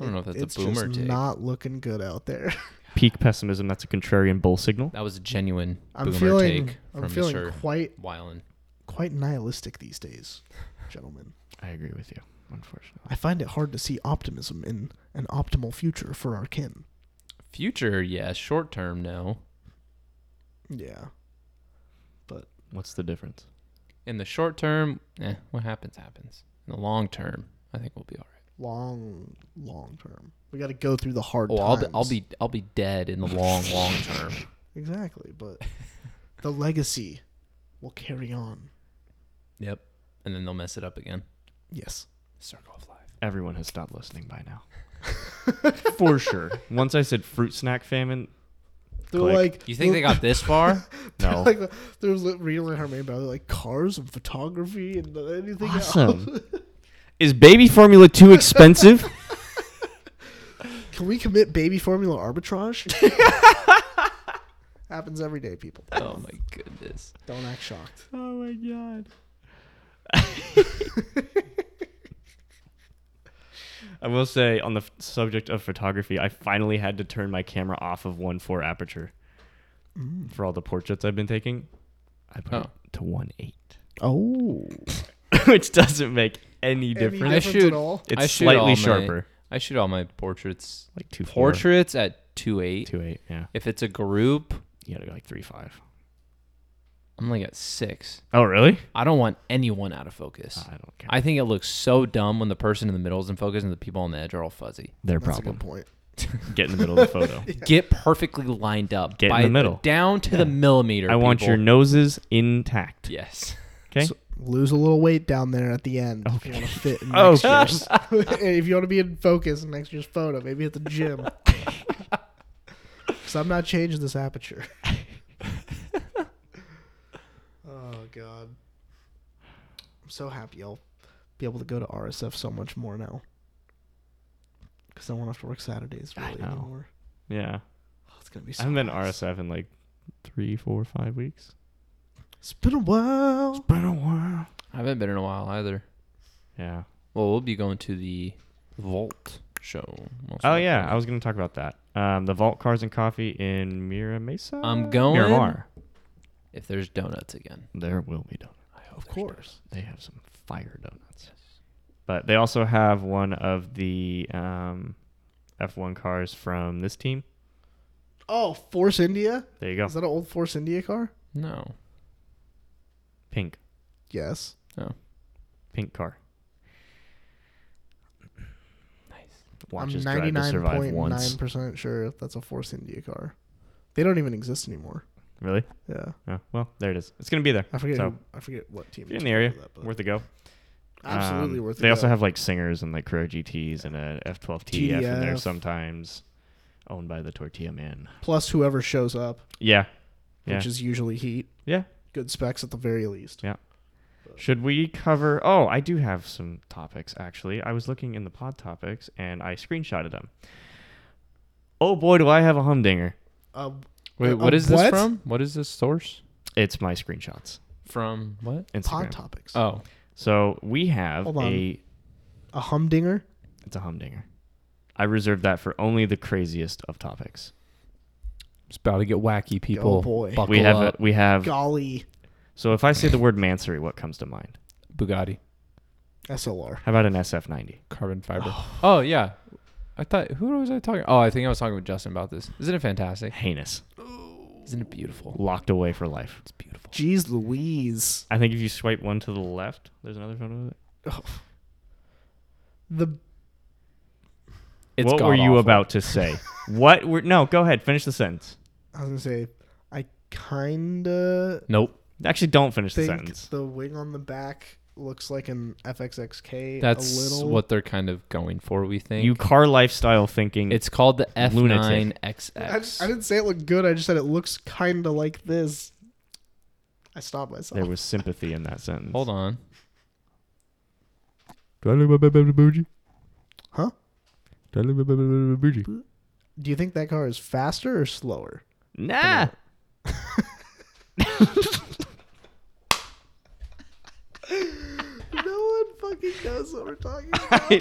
S1: I don't know if that's
S3: it's
S1: a boomer
S3: just
S1: take.
S3: not looking good out there. (laughs)
S2: Peak pessimism. That's a contrarian bull signal.
S1: that was a genuine
S3: I'm
S1: boomer
S3: feeling
S1: take
S3: I'm
S1: from
S3: feeling
S1: Mr.
S3: quite
S1: Weiland.
S3: quite nihilistic these days, gentlemen.
S2: I agree with you, unfortunately.
S3: I find it hard to see optimism in an optimal future for our kin.
S1: Future, yes. Short term, no.
S3: Yeah.
S2: What's the difference?
S1: In the short term, eh, what happens happens. In the long term, I think we'll be all right.
S3: Long long term. We gotta go through the hard
S1: Oh, I'll be, I'll
S3: times.
S1: be I'll be dead in the long long
S3: (laughs)
S1: term.
S3: Exactly,
S1: (laughs)
S3: but the legacy will carry on.
S1: Yep. And then they'll mess it up again.
S3: Yes.
S1: Circle of life.
S2: Everyone has stopped listening by (laughs) now. For sure. Once I said fruit snack famine,
S3: They're
S2: Click.
S3: like
S1: You think they got this far?
S2: no.
S3: (laughs) like (laughs) they're li- reading her main about like cars and photography and anything else. (laughs)
S2: Awesome. Is baby formula too expensive?
S3: Can we commit baby formula (laughs) arbitrage? Happens every day, people.
S1: oh my goodness.
S3: Don't act shocked.
S2: oh my god. (laughs) I will say on the f- subject of photography, I finally had to turn my camera off of 1.4 aperture
S3: Mm.
S2: for all the portraits I've been taking. I put
S1: Oh.
S2: it to 1.8,
S3: Oh,
S2: (laughs) which doesn't make any difference.
S1: I should-
S3: at all?
S1: I
S2: It's
S1: shoot all
S2: slightly
S1: my-
S2: sharper,
S1: I shoot all my portraits.
S2: like 2.4.
S1: Portraits at two eight.
S2: 2.8, yeah.
S1: If it's a group,
S2: You gotta go like 3.5.
S1: I'm like at six.
S2: Oh, really?
S1: I don't want anyone out of focus.
S2: I don't care.
S1: I think it looks so dumb when the person in the middle is in focus and the people on the edge are all fuzzy.
S2: Their
S3: That's a
S2: problem.
S3: good point.
S2: Get in the middle of the
S3: (laughs)
S2: photo.
S1: Get perfectly lined up.
S2: Get in
S1: by
S2: the middle.
S1: Down to the millimeter.
S2: I want
S1: people.
S2: your noses intact.
S1: Yes. (laughs)
S2: Okay.
S3: So lose a little weight down there at the end if you
S2: Okay.
S3: want to fit
S2: (laughs)
S3: in
S2: Oh,
S3: next year's. (laughs) if you want to be in focus in next year's photo, maybe at the
S2: (laughs)
S3: gym. Because I'm not changing this
S2: (laughs)
S3: aperture. oh God, I'm so happy I'll be able to go to RSF so much more now. Because I won't have to work Saturdays
S2: I
S3: really
S2: know.
S3: anymore.
S2: yeah.
S3: Oh, it's gonna be.
S2: I
S3: So
S2: haven't been to
S3: nice.
S2: RSF in like three, four, five weeks.
S3: It's been a while.
S2: Been a while.
S1: I haven't been in a while either.
S2: Yeah.
S1: Well, we'll be going to the Vault show. most
S2: Oh
S1: likely.
S2: yeah. I was gonna talk about that. Um, the Vault Cars and Coffee in Mira Mesa.
S1: I'm going.
S2: Miramar.
S1: If there's donuts again.
S2: There will be donuts.
S1: I
S3: Of course.
S2: They have some fire donuts. But they also have one of the um, F1 cars from this team.
S3: Oh, Force India?
S2: There you go.
S3: Is that an old Force India car?
S1: No.
S2: Pink.
S3: Yes.
S2: Pink car. Nice. Watch
S3: I'm
S2: us drive to survive once.
S3: 99.9% sure that's a Force India car. They don't even exist anymore.
S2: Really?
S3: Yeah.
S2: Oh, well, there it is. It's gonna be there.
S3: I forget
S2: So-
S3: who, I forget what team.
S2: If you're
S3: it's
S2: in the area,
S3: called that, but
S2: worth a go.
S3: absolutely
S2: Um,
S3: worth it.
S2: They also have like singers and like Carrera GTs and a F12 TDF in there
S3: TDF.
S2: sometimes, owned by the Tortilla Man.
S3: plus whoever shows up,
S2: Yeah, yeah,
S3: which is usually heat.
S2: yeah.
S3: Good specs at the very least.
S2: Should we cover? Oh, I do have some topics actually. I was looking in the pod topics and I screenshotted them. Oh boy, do I have a humdinger!
S3: Uh,
S1: Wait,
S3: Uh,
S1: what
S3: uh,
S1: is this
S3: what?
S1: from? What is this source?
S2: It's my screenshots.
S1: From what?
S2: Instagram.
S3: pod topics.
S1: Oh.
S2: So we have
S3: Hold on.
S2: a.
S3: a humdinger.
S2: It's a humdinger. I reserved that for only the craziest of topics.
S1: It's about to get wacky, people.
S3: boy.
S1: Buckle
S2: Oh, we have
S1: up.
S2: a, we have.
S3: Golly,
S2: So if I say the word Mansory, what comes to mind?
S1: Bugatti
S3: SLR.
S2: How about an SF90?
S1: carbon fiber. oh yeah. I thought who was I talking? Oh, I think I was talking with Justin about this. Isn't it fantastic?
S2: Heinous.
S1: Isn't it beautiful?
S2: Locked away for life.
S1: It's beautiful.
S3: Jeez Louise.
S2: I think if you swipe one to the left, there's another photo of it.
S3: The
S1: It's
S2: what were you
S1: god-awful.
S2: about
S1: (laughs)
S2: to say? what were no, go ahead, finish the sentence.
S3: I was gonna say, I kinda
S1: Nope.
S2: Actually don't finish the
S3: think
S2: sentence.
S3: the wing on the back looks like an FXXK.
S1: That's
S3: a little.
S1: what they're kind of going for. We think
S2: You car lifestyle thinking
S1: It's called the
S2: Lunatic.
S3: I, I
S1: F9XX.
S3: didn't say it looked good. I just said it looks kinda like this. I stopped myself.
S2: there was sympathy in that sentence.
S1: Hold on.
S2: Do I look bad bougie?
S3: Huh?
S2: Do I look bad bougie?
S3: Do you think that car is faster
S2: (laughs)
S3: or slower?
S2: Nah.
S3: No one fucking knows what
S2: (laughs)
S3: we're talking about.
S2: I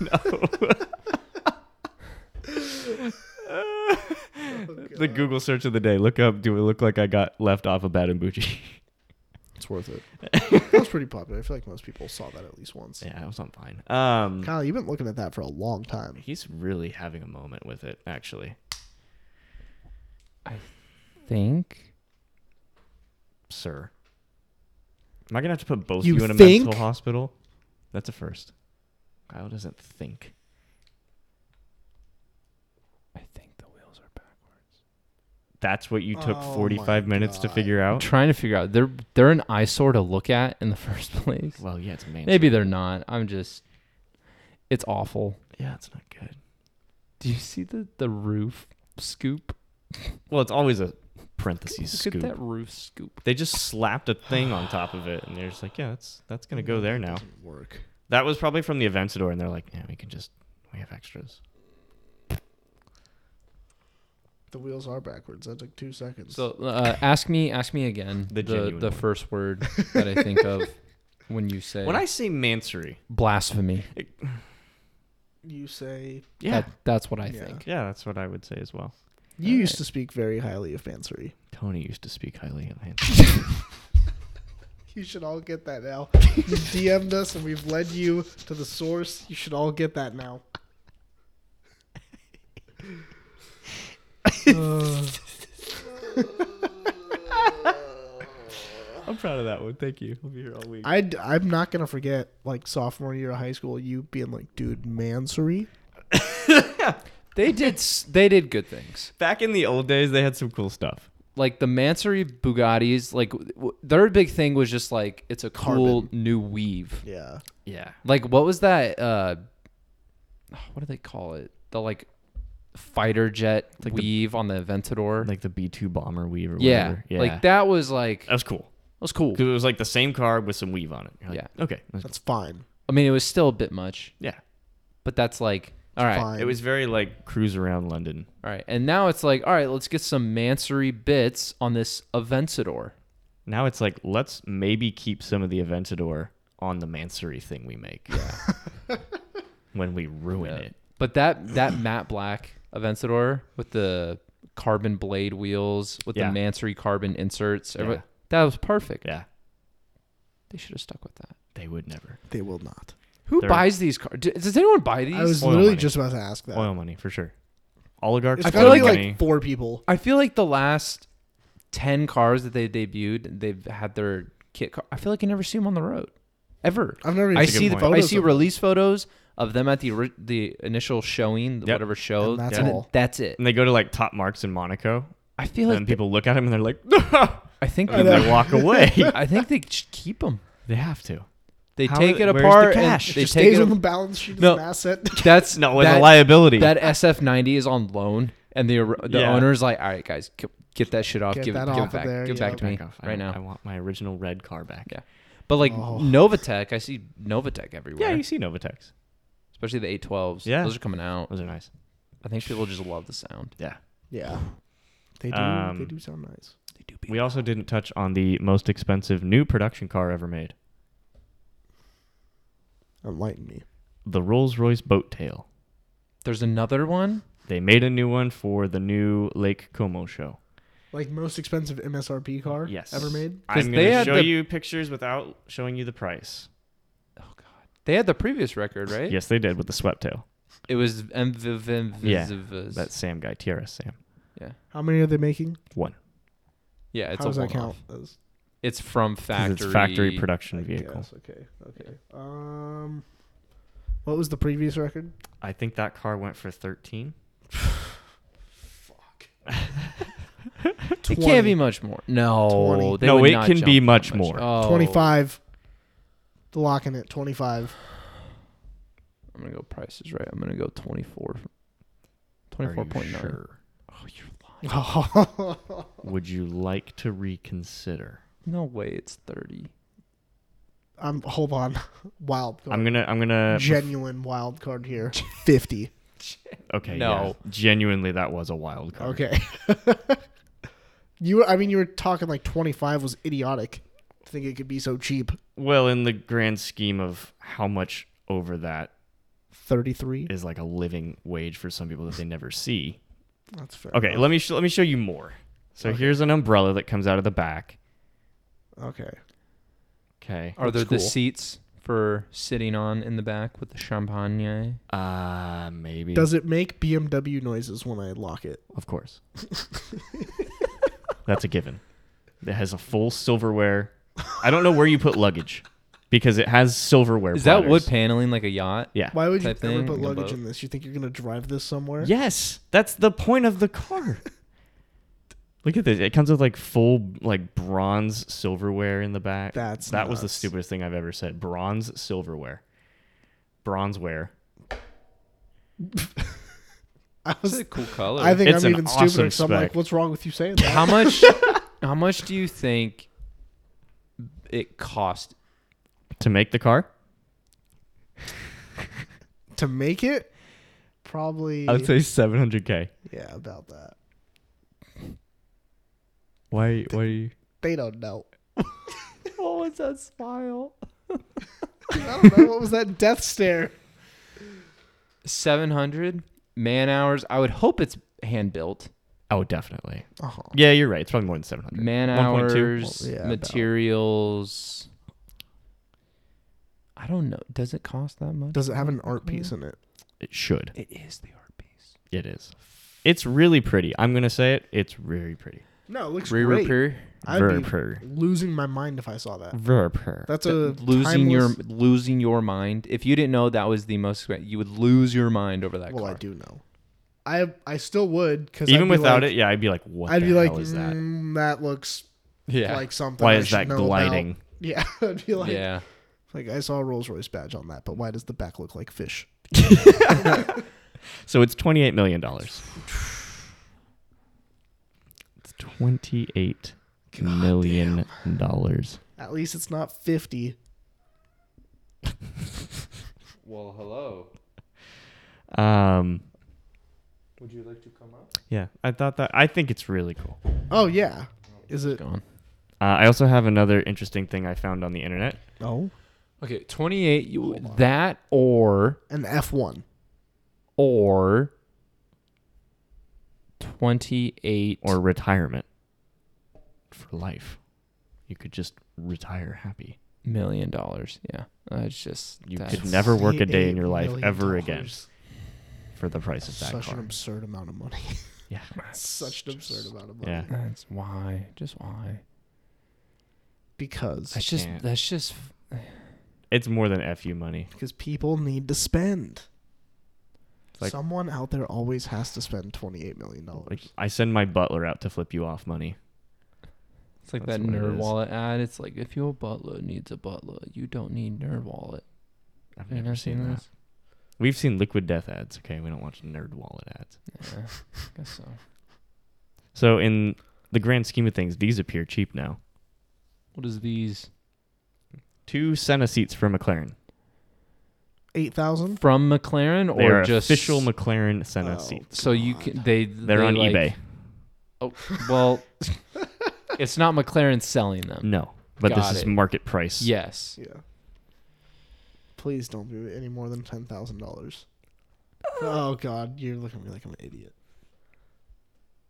S2: know. (laughs) the Google search of the day. Look up. Do it look like I got left off of Bad and Bougie?
S3: It's worth it. that was pretty popular. I feel like most people saw that at least once.
S2: (laughs) yeah, I was on fine. Um,
S3: Kyle, you've been looking at that for a long time.
S2: he's really having a moment with it. Actually,
S1: Think.
S2: sir, am I gonna have to put both
S3: You
S2: you, in a
S3: think?
S2: mental hospital? That's a first. Kyle doesn't think.
S1: I think the wheels are backwards.
S2: That's what you took
S3: Oh my
S2: 45 minutes to
S3: God.
S2: figure
S1: I'm
S2: out.
S1: trying to figure out. They're they're an eyesore to look at in the (laughs) first place.
S2: Well, yeah, it's man.
S1: Maybe they're not. I'm just. It's awful.
S2: Yeah, it's not good.
S1: Do you see the the roof scoop?
S2: Well, it's always a parentheses
S1: Look
S2: scoop.
S1: at that roof scoop.
S2: They just slapped a thing on top of it, and they're just like, "Yeah, that's that's gonna go there now."
S3: Doesn't work.
S2: That was probably from the Aventador, and they're like, "Yeah, we can just we have extras."
S3: The wheels are backwards. That took two seconds.
S1: So uh, ask me, ask me again. The
S2: The
S1: the,
S2: genuine one.
S1: first
S2: (laughs)
S1: word that I think of when you say
S2: When I say Mansory,
S1: blasphemy.
S3: you say
S2: yeah,
S1: That- that's what I
S3: Yeah.
S1: think.
S2: yeah, that's what I would say as well.
S3: you used
S1: Alright.
S3: to speak very highly of Mansory.
S2: Tony used to speak highly of him.
S3: You should all get that now. You DM'd us and we've led you to the source. You should all get that now. (sighs)
S2: I'm proud of that one. Thank you. I'll be here all week.
S3: I am not gonna forget like sophomore year of high school. You being like, dude, Mansory.
S1: They did s- they did good things.
S2: Back in the old days, they had some cool stuff.
S1: Like the Mansory Bugattis, like w- w- their big thing was just like it's a cool new weave.
S3: Yeah.
S2: Yeah,
S1: Like what was that uh what do they call it? The like fighter jet
S2: Like the-
S1: weave on the Aventador.
S2: like the B2 bomber weave or
S1: yeah.
S2: whatever. Yeah,
S1: Like that was like
S2: That was cool
S1: was cool.
S2: because it was like the same car with some weave on it. You're like,
S1: Yeah.
S2: okay, that's-
S3: That's fine.
S1: I mean it was still a bit much,
S2: yeah.
S1: but that's like all right.
S3: Fine.
S2: It was very like cruise around London.
S1: All right, and now it's like, all right, let's get some Mansory bits on this Aventador.
S2: Now it's like let's maybe keep some of the Aventador on the Mansory thing we make. (laughs) when we ruin
S1: Yeah.
S2: it.
S1: But that
S2: (clears throat)
S1: that matte black Aventador with the carbon blade wheels with
S2: Yeah.
S1: the Mansory carbon inserts, every-
S2: Yeah.
S1: that was perfect.
S2: Yeah.
S1: They should have stuck with that.
S2: They would never.
S3: They will not.
S1: Who
S2: They're-
S1: buys these cars? Does anyone buy these?
S3: I was
S2: Oil
S3: literally
S2: money.
S3: just about to ask that.
S2: Oil money for sure. Oligarchs.
S3: It's
S2: Oil
S1: gotta
S3: got
S1: gotta
S3: to be
S1: be
S2: money.
S3: like four people.
S1: I feel like the last 10 cars that they debuted, they've had their kit car. I feel like I never see them on the road ever.
S3: I've never even
S1: I
S2: a good
S1: see the,
S2: point.
S1: I
S3: photos
S1: see
S3: of them.
S1: release photos of them at the ori- the initial showing,
S2: Yep.
S1: whatever show.
S3: And that's
S1: and
S3: all.
S1: That's it.
S2: and they go to like top marks in Monaco,
S1: I feel like
S2: and
S1: th-
S2: people look at them and they're like, (laughs)
S1: I think
S2: and
S1: they-
S2: they walk away.
S1: I think they just keep them.
S2: they have to.
S1: They
S2: How-
S1: take it
S2: where's the
S1: apart. and
S2: cash?
S1: they
S3: Just
S1: take
S3: stays
S1: it.
S3: on the
S1: ap-
S3: balance sheet
S1: No.
S3: as an asset.
S1: (laughs) That's
S2: No, with
S1: that,
S2: a liability.
S1: That SF90 is on loan, and the or- the
S2: Yeah.
S1: owner's like, all right, guys, g- get that shit off.
S3: Get
S1: give it,
S3: that
S1: give
S3: off
S1: it
S3: of
S1: back.
S3: there,
S1: give it
S3: yeah.
S1: back to me
S2: Back off. I,
S1: right now.
S2: I want my original red car back.
S1: Yeah. But like
S3: Oh.
S1: Novatech, I see Novatech everywhere.
S2: Yeah, you see Novatex.
S1: especially the 812s.
S2: Yeah.
S1: those are coming out.
S2: Those are nice.
S1: I think people just love the sound.
S2: Yeah.
S3: yeah, they do. they
S2: Um,
S3: do sound nice.
S1: They do.
S2: We also didn't touch on the most expensive new production car ever made,
S3: Enlighten me.
S2: the Rolls-Royce Boat Tail.
S1: There's another one.
S2: They made a new one for the new Lake Como show.
S3: Like most expensive MSRP car
S2: Yes.
S3: ever made.
S1: 'Cause
S2: I'm
S1: they
S2: going to
S1: had
S2: show
S1: the-
S2: you pictures without showing you the price.
S1: Oh god, they had the previous record, right?
S2: Yes, they did with the swept tail.
S1: It was MVV.
S2: Yeah, That Sam guy, TRS Sam.
S3: How many are they making?
S2: One.
S1: yeah. It's
S3: How does
S1: a
S3: that
S1: one
S3: count? As,
S1: It's from
S2: 'Cause
S1: factory.
S2: It's factory
S3: I
S2: production vehicle.
S3: guess. Okay. Okay. Um, what was the previous record?
S2: I think that car went for 13.
S3: Fuck.
S1: It can't be much more. No,
S3: 20.
S1: they
S2: No,
S1: would
S2: it
S1: not
S2: can
S1: jump
S2: be
S1: that
S2: much more.
S1: Oh,
S3: 25. Locking it.
S2: (laughs)
S3: 25.
S1: I'm gonna go prices right. I'm gonna go 24.
S2: Are you
S1: 24.9.
S2: sure?
S1: Oh, you're lying.
S3: I'm
S2: Would you like to reconsider?
S1: No way. It's 30.
S3: hold on. Wild card.
S2: I'm gonna. I'm gonna.
S3: Genuine wild card here. 50.
S2: okay.
S1: No.
S2: yeah. Genuinely, that was a wild card.
S3: Okay. (laughs) you were, I mean you were talking like 25 was idiotic. To think it could be so cheap.
S2: Well, in the grand scheme of how much over that
S3: 33.
S2: is like a living wage for some people that they never see.
S3: That's fair.
S2: Okay. Let me sh- let me show you more. So here's an umbrella that comes out of the back.
S3: Okay.
S2: Okay.
S1: Are there
S3: Looks cool.
S1: the seats for sitting on in the back with the champagne?
S2: Uh maybe.
S3: Does it make BMW noises when I lock it?
S2: Of course. (laughs) That's a given. It has a full silverware. I don't know where you put luggage because it has silverware.
S1: Is that wood
S2: platters.
S1: paneling like a yacht?
S2: Yeah.
S3: Why would you
S1: Type
S3: ever
S1: thing
S3: put
S1: in a
S3: luggage
S1: boat.
S3: in this? You think you're gonna drive this somewhere?
S2: Yes, that's the point of the car.
S3: (laughs)
S2: Look at this. It comes with like full like bronze silverware in the back.
S3: That's
S2: that was the
S3: nuts.
S2: stupidest thing I've ever said. Bronze silverware. Bronzeware.
S3: I
S1: It's
S3: was
S1: a cool color.
S3: I think
S2: It's
S3: I'm
S2: an
S3: even
S2: awesome
S3: stupider because I'm like,
S2: spec.
S3: what's wrong with you saying that? (laughs)
S1: how much how much do you think it cost?
S2: To make the car?
S3: to make it? Probably
S2: I would say seven hundred K.
S3: Yeah, about that.
S2: Why why you
S3: They don't know.
S1: (laughs) What was that smile?
S3: I don't know. What was that death stare?
S1: 700 man hours. I would hope it's hand built.
S2: Oh definitely.
S3: Oh,
S2: Yeah, you're right. It's probably more than seven hundred.
S1: Man
S2: 1.2?
S1: hours,
S3: Well, yeah, about.
S1: materials. I don't know. Does it cost that much?
S3: does it have an art piece in it?
S2: It should.
S1: It is the art piece.
S2: It is. It's really pretty. I'm gonna say it. It's really pretty.
S3: No, it looks
S1: Re
S3: great.
S1: repair.
S3: I'd
S2: Very
S3: be
S2: pretty.
S3: losing my mind if I saw that.
S2: Very pretty.
S3: That's a
S1: Losing your
S3: timeless-
S1: losing your mind. If you didn't know that was the most, you would lose your mind over that.
S3: Well,
S1: car.
S3: I do know. I I still would because
S2: Even without it, yeah, I'd be like, what
S3: I'd
S2: the
S3: be like,
S2: hell is that?
S3: "Mm, that looks
S1: Yeah.
S3: like something.
S2: Why
S3: I
S2: is
S3: should
S2: that
S3: know about." (laughs)
S2: gliding?
S3: Yeah,
S2: (laughs)
S3: I'd be like,
S1: yeah.
S3: like I saw a Rolls Royce badge on that, but why does the back look like fish?
S2: So it's twenty-eight million dollars. It's twenty-eight million dollars.
S3: At least it's not fifty.
S1: Well, hello.
S2: Um,
S1: Would you like to come up?
S2: yeah, I thought that. I think it's really cool.
S3: Oh yeah, is it?
S1: Gone.
S2: Uh, I also have another interesting thing I found on the internet.
S3: No,
S1: Okay, 28 you, that or
S3: an F one.
S1: or 28
S2: Or retirement for life, you could just retire happy.
S1: million dollars. Yeah, uh, it's just
S2: You
S1: that's-
S2: could never
S1: (laughs)
S2: work a day in your life
S3: $68
S2: ever
S3: million
S2: again
S3: dollars.
S2: for the price of that
S3: Such
S2: car.
S3: an absurd amount of money.
S2: yeah.
S3: (laughs) Such an
S1: just-
S3: absurd amount of money.
S2: yeah.
S1: That's why, just why.
S3: Because
S1: That's just
S2: can't.
S1: that's just
S2: It's more than fu money.
S3: because people need to spend.
S2: like-
S3: Someone out there always has to spend twenty eight million dollars.
S2: Like I send my butler out to flip you off money.
S1: (sighs) it's like
S2: That's
S1: that
S2: what it
S1: nerd
S2: is.
S1: wallet ad. It's like if your butler needs a butler, you don't need nerd wallet.
S2: I've
S1: Have you
S2: never
S1: not
S2: seen that. We've seen liquid death ads. Okay, we don't watch nerd wallet ads.
S1: this? Yeah,
S2: (laughs)
S1: I guess so.
S2: So in the grand scheme of things, these appear cheap now.
S1: What is these
S2: Two Senna seats for McLaren.
S3: Eight thousand.
S1: from McLaren
S2: They
S1: or
S2: are
S1: just
S2: official McLaren Senna
S3: Oh.
S2: seats.
S1: So you
S3: God.
S1: can they
S2: They're
S1: they
S2: on
S1: like-
S2: eBay.
S1: Oh well, it's not McLaren selling them.
S2: No, but this
S1: Got
S2: is
S1: it.
S2: market price.
S1: Yes,
S3: Yeah. Please don't be any more than ten thousand dollars. Oh God, you're looking at me like I'm an idiot.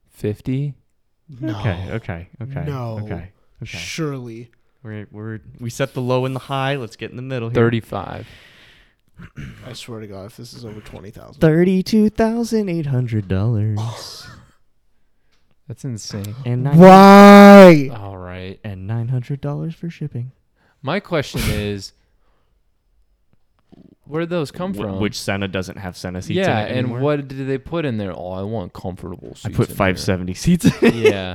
S1: fifty.
S3: No.
S2: (laughs) Okay. Okay. Okay.
S3: No.
S2: Okay. Okay.
S3: Surely.
S2: We're, we're we set the low and the high. Let's get in the middle. Here.
S1: 35
S3: I swear to God, if this is over twenty thousand.
S2: Thirty-two thousand eight hundred dollars (laughs)
S1: that's insane
S2: and nine (laughs)
S3: Why?
S1: all right
S2: and nine hundred dollars for shipping.
S1: my question is where did those come
S2: Wh-
S1: from
S2: Which Senna doesn't have Senna seats?
S1: yeah
S2: in it
S1: and
S2: anymore.
S1: what did they put in there oh i want comfortable seats
S2: I put
S1: in
S2: five
S1: there.
S2: seventy seats. in
S1: (laughs)
S2: it.
S1: yeah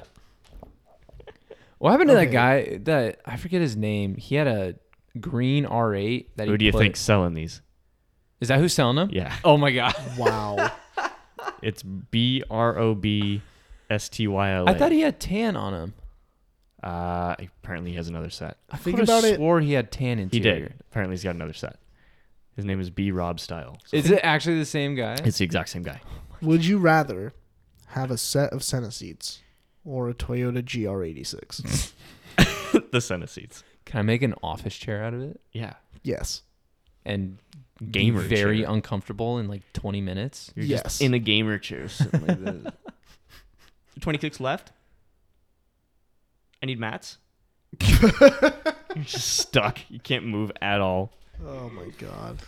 S1: what happened to
S3: Okay.
S1: that guy that i forget his name he had a green r8 that
S2: Who
S1: he
S2: do you
S1: put-
S2: think's selling these?
S1: is that who's selling them
S2: Yeah,
S1: oh my god
S3: Wow.
S2: it's B R O B S T Y L A.
S1: i thought he had tan on him
S2: Uh, apparently he has another set.
S1: i
S3: Think
S1: could've
S3: about it-
S1: swore he had tan
S2: He
S1: interior
S2: did. Apparently he's got another set. His name is B Rob Style. So
S1: is it actually the same guy
S2: it's the exact same guy.
S3: Would you rather have a set of Senna seats or a Toyota
S2: (laughs)
S3: GR86?
S2: (laughs) the Senna seats.
S1: can i make an office chair out of it
S2: Yeah.
S3: yes.
S1: and
S2: Gamer
S1: be very
S2: chair.
S1: uncomfortable in like 20 minutes.
S2: You're
S3: Yes.
S2: just in a gamer chair sitting like (laughs) this. 26 left. I need mats. (laughs) You're just stuck. You can't move at all.
S3: Oh my God.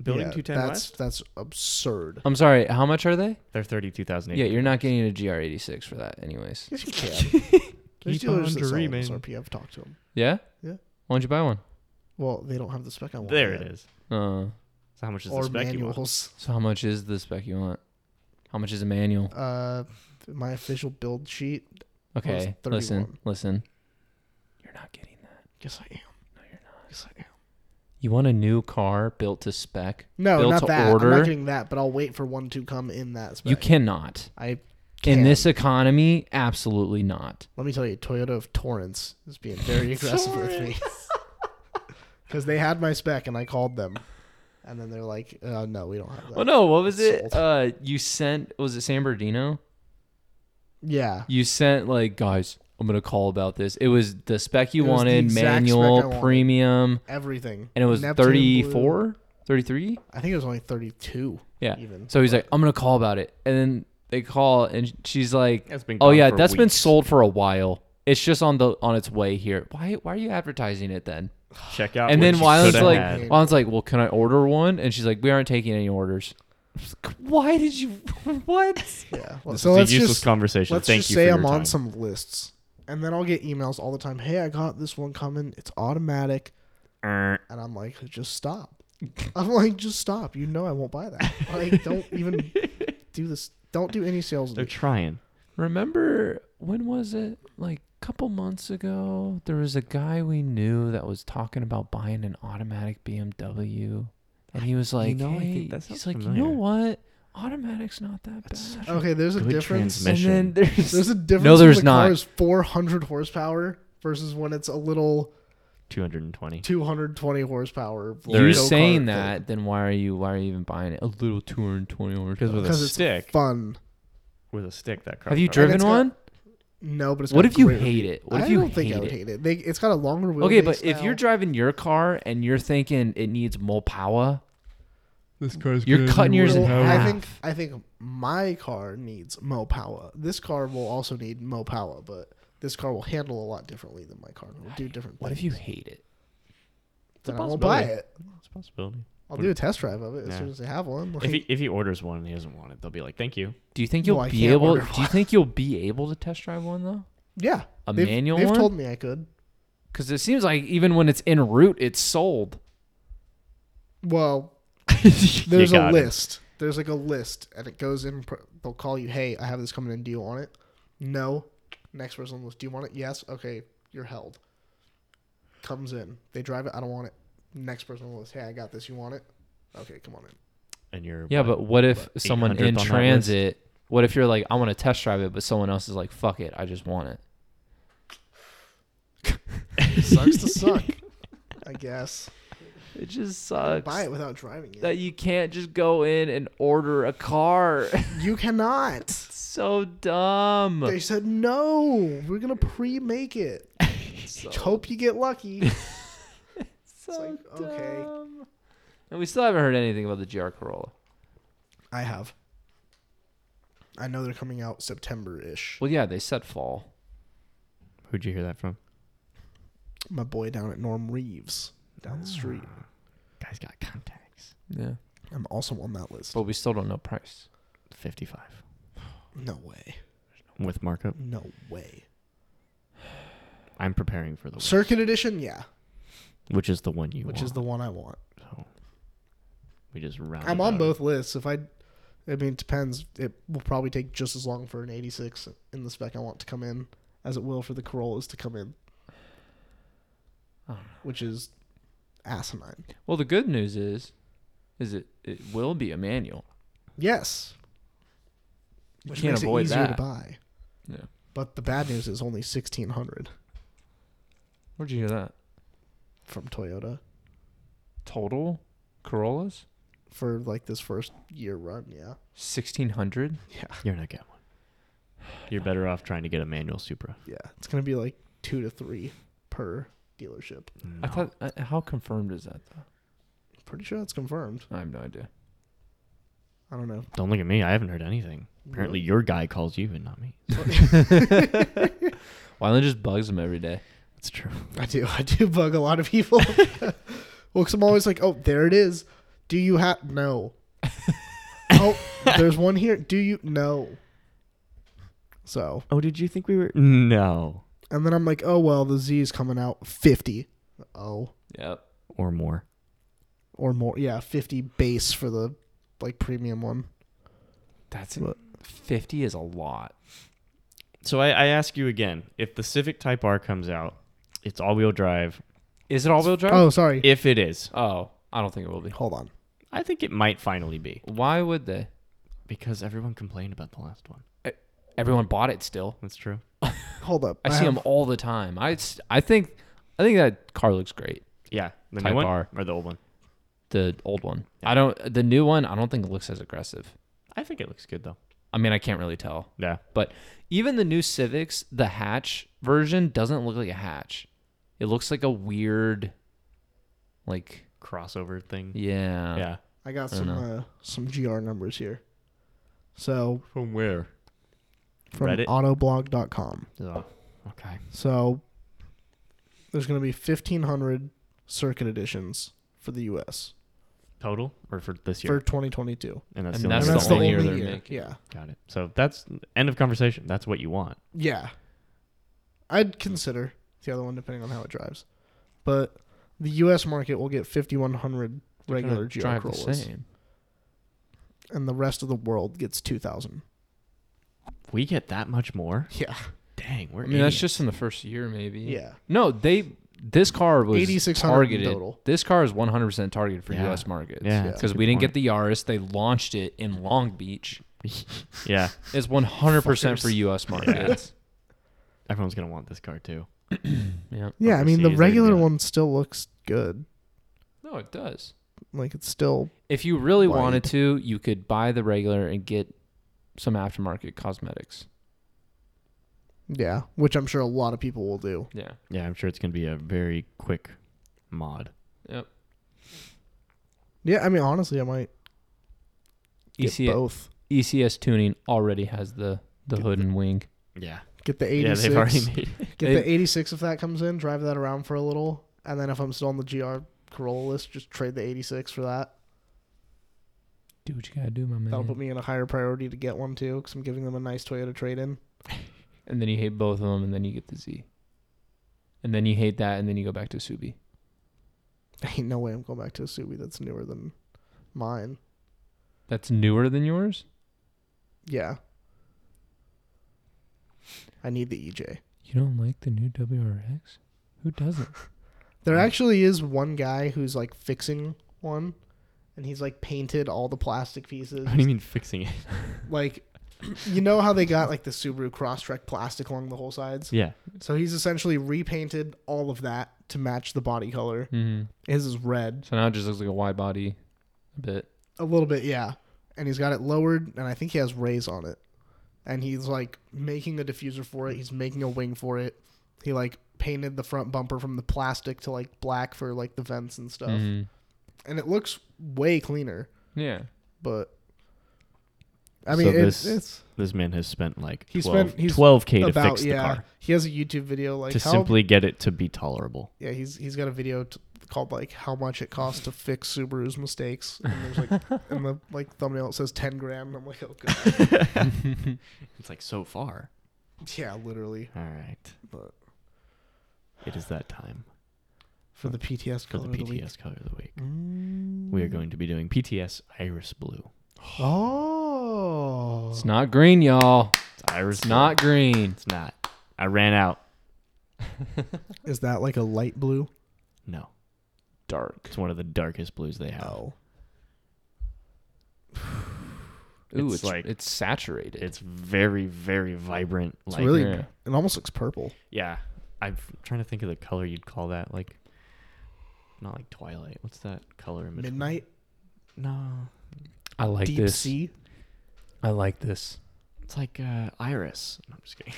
S2: Building
S3: Yeah,
S2: 210
S3: That's
S2: west.
S3: that's absurd.
S1: I'm sorry, how much are they?
S2: They're 32,000.
S1: Yeah, you're not getting a GR86 for that anyways.
S2: (laughs)
S3: Yes, you can. There's
S2: Keep on
S3: dealers that sell
S2: dreaming.
S3: MSRP. I've talked to them.
S1: Yeah?
S3: Yeah.
S1: Why don't you buy one?
S3: Well, they don't have the spec I want.
S2: There it
S3: yet.
S2: is.
S1: Uh,
S2: So how much is
S3: Or
S2: the spec you want?
S3: manuals.
S1: so how much is the spec you want? How much is a manual?
S3: Uh, my official build sheet.
S1: Okay,
S3: it's
S1: listen,
S3: 31.
S1: listen. You're not getting that.
S3: Yes, I am. No, you're not. Yes, I am.
S1: You want a new car built to spec?
S3: No,
S1: Built to
S3: not that. I'm
S1: order?
S3: not getting that, but I'll wait for one to come in that spec.
S1: You cannot.
S3: I
S1: In
S3: can.
S1: this economy, absolutely not.
S3: Let me tell you, Toyota of Torrance is being (laughs) very aggressive with me. (laughs) Because they had my spec and I called them. And then they're like, uh, no, we don't have that.
S1: Oh no, what was
S3: Sold.
S1: it? Uh, you sent was it San Bernardino?
S3: Yeah.
S1: you sent like guys i'm gonna call about this it was the spec you
S3: It was the
S1: wanted
S3: exact spec
S1: manual
S3: I wanted.
S1: premium
S3: Everything.
S1: and it was
S3: Neptune
S1: 34
S3: Blue.
S1: 33
S3: I think it was only 32.
S1: yeah
S3: Even.
S1: so he's like i'm gonna call about it and then they call and she's like
S2: That's been
S1: oh
S2: gone
S1: yeah
S2: for
S1: that's been
S2: weeks."
S1: sold for a while it's just on the on its way here why why are you advertising it then
S2: Check out.
S1: and
S2: what
S1: then
S2: you
S1: Wyland's
S2: coulda
S1: like
S2: had.
S1: Wyland's like well can i order one and she's like we aren't taking any orders (laughs) I was like, why did you (laughs) what
S3: Yeah. Well,
S2: This
S3: so
S2: is
S3: let's
S2: a useless
S3: just,
S2: conversation.
S3: let's
S2: Thank
S3: just
S2: you
S3: say
S2: for
S3: I'm
S2: your
S3: on
S2: time.
S3: some lists. And then I'll get emails all the time. Hey, I got this one coming. It's automatic.
S2: Er,
S3: And I'm like, just stop.
S1: (laughs)
S3: I'm like, just stop. You know I won't buy that. Like, don't
S1: (laughs)
S3: even do this. Don't do any sales.
S2: They're trying.
S1: Remember when was it? Like a couple months ago, there was a guy we knew that was talking about buying an automatic BMW, and he was like,
S2: know, I
S1: "Hey,"
S2: think that
S1: he's
S2: sounds
S1: like, "You know
S2: familiar."
S1: what? Automatic's not that bad."
S3: Okay, there's a
S2: Good
S3: difference.
S2: transmi-
S1: and then
S2: mission. (laughs)
S1: there's,
S3: There's a difference.
S1: No, there's
S3: when the
S1: not.
S3: Car is 400 horsepower versus when it's a little
S2: 220.
S3: 220 horsepower.
S1: (laughs)
S2: There
S1: you're
S2: is-
S3: go-kart
S1: saying
S3: thing.
S1: that, then why are you why are you even buying it? A little 220
S2: Because
S1: horsepower.
S2: with a
S3: 'Cause it's
S2: stick,
S3: fun.
S2: with a stick, that car.
S1: Have you
S2: car-
S1: driven
S3: it's got-
S1: one?
S3: No, but it's
S1: What
S3: got
S1: if you
S3: great-
S1: hate it? What
S3: I
S1: if you
S3: don't think I
S1: hate
S3: would
S1: it?
S3: hate it. They, it's got a longer wheel.
S1: Okay, but if you're driving your car and you're thinking it needs more power,
S4: This car's
S1: You're
S4: good.
S1: cutting yours in
S4: Well,
S1: half.
S3: I think I think my car needs mo power. This car will also need mo power, but this car will handle a lot differently than my car. It'll do different.
S1: What if you hate it?
S2: It's a
S3: Then I won't buy
S2: possibility.
S3: it.
S2: It's a possibility.
S3: I'll
S2: What
S3: do a
S2: if-
S3: test drive of it as
S2: Yeah.
S3: soon as they have one.
S2: if
S3: Like,
S2: he if he orders one and he doesn't want it, they'll be like, "Thank you."
S1: Do you think
S3: No,
S1: you'll
S3: I
S1: be
S3: can't
S1: able?
S3: order
S1: Do you think you'll be able to test drive one though?
S3: yeah,
S1: A
S3: they've,
S1: manual
S3: They've
S1: one?
S3: told me I could.
S1: Because it seems like even when it's en route, it's sold.
S3: Well,
S2: (laughs) You
S3: there's a
S2: got it.
S3: list. There's like a list, and it goes in. pr- They'll call you. Hey, I have this coming in. Do you want it? No. Next person on the list. Do you want it? Yes. Okay, you're held. Comes in. They drive it. I don't want it. Next person on the list. Hey, I got this. You want it? Okay, come on in.
S2: (laughs) And you're
S1: Yeah,
S2: what,
S1: but what if
S2: what,
S1: someone
S2: 800th on
S1: in
S2: that list?
S1: transit? What if you're like, I want to test drive it, but someone else is like, fuck it, I just want it.
S3: Sucks to suck. I guess.
S1: It just sucks
S3: Buy it without driving it.
S1: that you can't just go in and order a car. (laughs)
S3: you cannot.
S1: so dumb.
S3: They said no. We're gonna pre-make
S2: (laughs)
S3: it. (laughs)
S1: so
S3: Hope you get lucky.
S1: so
S3: like, okay.
S1: dumb. And we still haven't heard anything about the GR Corolla.
S3: I have. I know they're coming out September ish.
S1: Well, yeah, they said fall.
S2: Who'd you hear that from?
S3: My boy down at Norm Reeves down the street.
S1: Ah.
S2: Guy's got contacts.
S1: Yeah,
S3: I'm also on that list.
S1: but we still don't know price.
S2: Fifty-five
S3: No way.
S2: with markup.
S3: No way.
S2: I'm preparing for the worst,
S3: Circuit edition, yeah,
S2: which is the one you
S3: which is the one I want.
S2: so we just round.
S3: I'm on both lists. If I, I mean, it depends. It will probably take just as long for an 86 in the spec I want to come in as it will for the Corollas to come in,
S1: I don't know.
S3: which is asinine.
S1: Well, the good news is, is it it will be a manual.
S3: Yes.
S1: You
S3: Which
S1: can't
S3: makes
S1: avoid
S3: it easier
S1: that.
S3: to buy.
S1: Yeah.
S3: But the bad news is only 1600
S1: Where'd you hear that?
S3: from Toyota
S1: Total Corollas
S3: for like this first year run, yeah.
S1: sixteen hundred.
S3: Yeah.
S2: You're not getting one. You're better off trying to get a manual Supra.
S3: Yeah. It's going to be like 2 to 3 per dealership.
S1: I
S2: No.
S1: thought. I, how confirmed is that though?
S3: Pretty sure that's confirmed.
S1: I have no idea.
S3: I don't know.
S2: Don't look at me. I haven't heard anything. Apparently, your guy calls you and not me.
S1: Wyland just bugs him every day.
S2: That's true.
S3: I do. (laughs) I do bug a lot of
S1: (laughs)
S3: people. well, because I'm always like, oh, there it is. Do you have
S1: (laughs)
S3: no? oh, there's one here. Do you no? So,
S2: Oh, did you think we were? No,
S3: and then I'm like, oh well, the Z is coming out 50. Oh,
S1: Yep.
S2: or more.
S3: or more. Yeah, 50 base for the like premium one.
S1: That's
S3: What?
S1: fifty is a lot.
S2: So I, I ask you again: if the Civic Type R comes out, it's all-wheel drive.
S1: Is it all wheel drive?
S3: Oh, sorry.
S2: If it is,
S1: Oh, I don't think it will be.
S3: Hold on.
S2: I think it might finally be
S1: Why would they?
S2: because everyone complained about the last one.
S1: Everyone bought it still.
S2: That's true.
S3: Hold up.
S1: I, see
S3: have-
S1: them all the time. I, s- I think I think that car looks great.
S2: Yeah, the
S1: Type
S2: new one
S1: R.
S2: or the old one.
S1: The old one. I don't. The new one. I don't think it looks as aggressive.
S2: I think it looks good though.
S1: I mean, I can't really tell.
S2: Yeah,
S1: But even the new Civics, the hatch version doesn't look like a hatch. It looks like a weird, like
S2: crossover thing.
S1: yeah.
S2: Yeah.
S3: I got
S1: I
S3: some
S1: know.
S3: uh, some GR numbers here. So
S2: From where?
S3: from
S2: Reddit?
S3: autoblog.com.
S2: Oh, okay.
S3: So there's going to be 1,500 circuit editions for the U.S.
S2: Total or for this
S3: for
S2: year?
S3: 2022.
S2: and that's
S1: And
S2: the
S1: that's
S2: only,
S1: the
S2: one.
S1: only year they're making.
S3: Yeah.
S2: Got it. So that's end of conversation. That's what you want.
S3: Yeah. I'd consider the other one depending on how it drives. But the U.S. market will get 5,100
S1: They're gonna
S3: regular GR
S1: drive the
S3: Corollas.
S1: same.
S3: And the rest of the world gets 2,000.
S2: We get that much more.
S3: Yeah.
S2: Dang,
S1: I
S2: we're.
S1: mean, that's just in the first year, maybe.
S3: Yeah.
S1: No, they. This car was
S3: 8,600
S1: targeted.
S3: total.
S1: This car is 100% targeted for
S2: Yeah.
S1: U.S. markets.
S2: Yeah, that's a
S1: Because
S2: good
S1: we didn't
S2: point.
S1: get the Yaris. They launched it in Long Beach.
S2: yeah.
S1: It's 100% for (laughs)
S3: Fuckers.
S1: U.S. markets.
S2: Everyone's gonna want this car too.
S1: yeah.
S3: Yeah. I mean, the
S2: Overseas, they
S3: regular
S2: do it.
S3: one still looks good.
S1: No, it does.
S3: Like, it's still.
S1: If you really
S3: Wide.
S1: wanted to, you could buy the regular and get some aftermarket cosmetics.
S3: Yeah. Which I'm sure a lot of people will do.
S1: Yeah.
S2: Yeah, I'm sure it's gonna be a very quick mod.
S1: Yep.
S3: Yeah. I mean, honestly, I might get
S1: EC-
S3: both.
S1: E ECS tuning already has the the
S3: Get
S1: hood and wing.
S2: Yeah.
S3: Get the
S2: Yeah,
S3: 86.
S2: they've already made it.
S3: Get
S1: They-
S3: the 86 if that comes in, drive that around for a little, and then if I'm still on the GR Corolla list, just trade the 86 for that.
S1: Do what you gotta do, my man.
S2: Mm-hmm.
S3: That'll put me in a higher priority to get one too, because I'm giving them a nice Toyota trade in.
S1: and then you hate both of them, and then you get the Z. And then you hate that, and then you go back to Subi.
S3: (laughs) Ain't no way I'm going back to a Subi that's newer than mine.
S1: That's newer than yours.
S3: Yeah. I need the E EJ.
S1: You don't like the new WRX? Who doesn't?
S2: Mm.
S3: There actually is one guy who's like fixing one, and he's like painted all the plastic pieces.
S2: What do you mean fixing it?
S3: (laughs) Like, you know how they got like the Subaru Crosstrek plastic along the whole sides?
S2: Yeah.
S3: So he's essentially repainted all of that to match the body color.
S1: (laughs) mm-hmm.
S3: His is red,
S1: So now it just looks like a wide body, a bit.
S3: a little bit, yeah. And he's got it lowered, and I think he has rays on it. And he's like making a diffuser for it. He's making a wing for it. He like painted the front bumper from the plastic to like black for like the vents and stuff.
S2: Mm-hmm.
S1: Mhm.
S3: And it looks way cleaner,
S1: Yeah.
S3: but I
S2: So
S3: mean, it-
S2: this-
S3: it's
S2: (laughs) This man has spent like
S3: He
S2: 12,
S3: spent- he's
S2: 12K to
S3: about
S2: fix the
S3: yeah.
S2: car.
S3: He has a YouTube video like
S2: to
S3: how
S2: simply get it to be tolerable.
S3: yeah he's he's got a video t- called like how much it costs to fix Subaru's mistakes (laughs) and there's like and the like thumbnail it says ten grand I'm like oh
S2: (laughs)
S3: god
S2: (laughs) It's like so far.
S3: yeah literally
S2: All right.
S3: But-
S2: it is that time
S3: for the PTS
S2: for
S3: color
S2: the
S3: of the week. Mm.
S2: PTS color of the week. We are going to be doing PTS Iris Blue.
S3: oh
S1: (laughs) It's not green, y'all.
S2: It's Iris
S1: It's not green.
S2: It's not. I ran out.
S3: is that like a light blue
S2: No.
S1: Dark.
S2: It's one of the darkest blues they have.
S3: oh
S1: Ooh,
S2: It's
S1: it's,
S2: like-
S1: like it's saturated.
S2: It's very, very vibrant.
S3: it's
S2: like,
S3: really
S1: yeah.
S3: it almost looks purple
S2: Yeah. I'm trying to think of the color you'd call that. Like, not like twilight. What's that color in between?
S3: midnight
S2: No.
S1: I like
S3: deep
S1: this.
S3: sea
S1: I like this.
S2: It's like uh, iris. No, I'm just
S3: (laughs)
S2: kidding.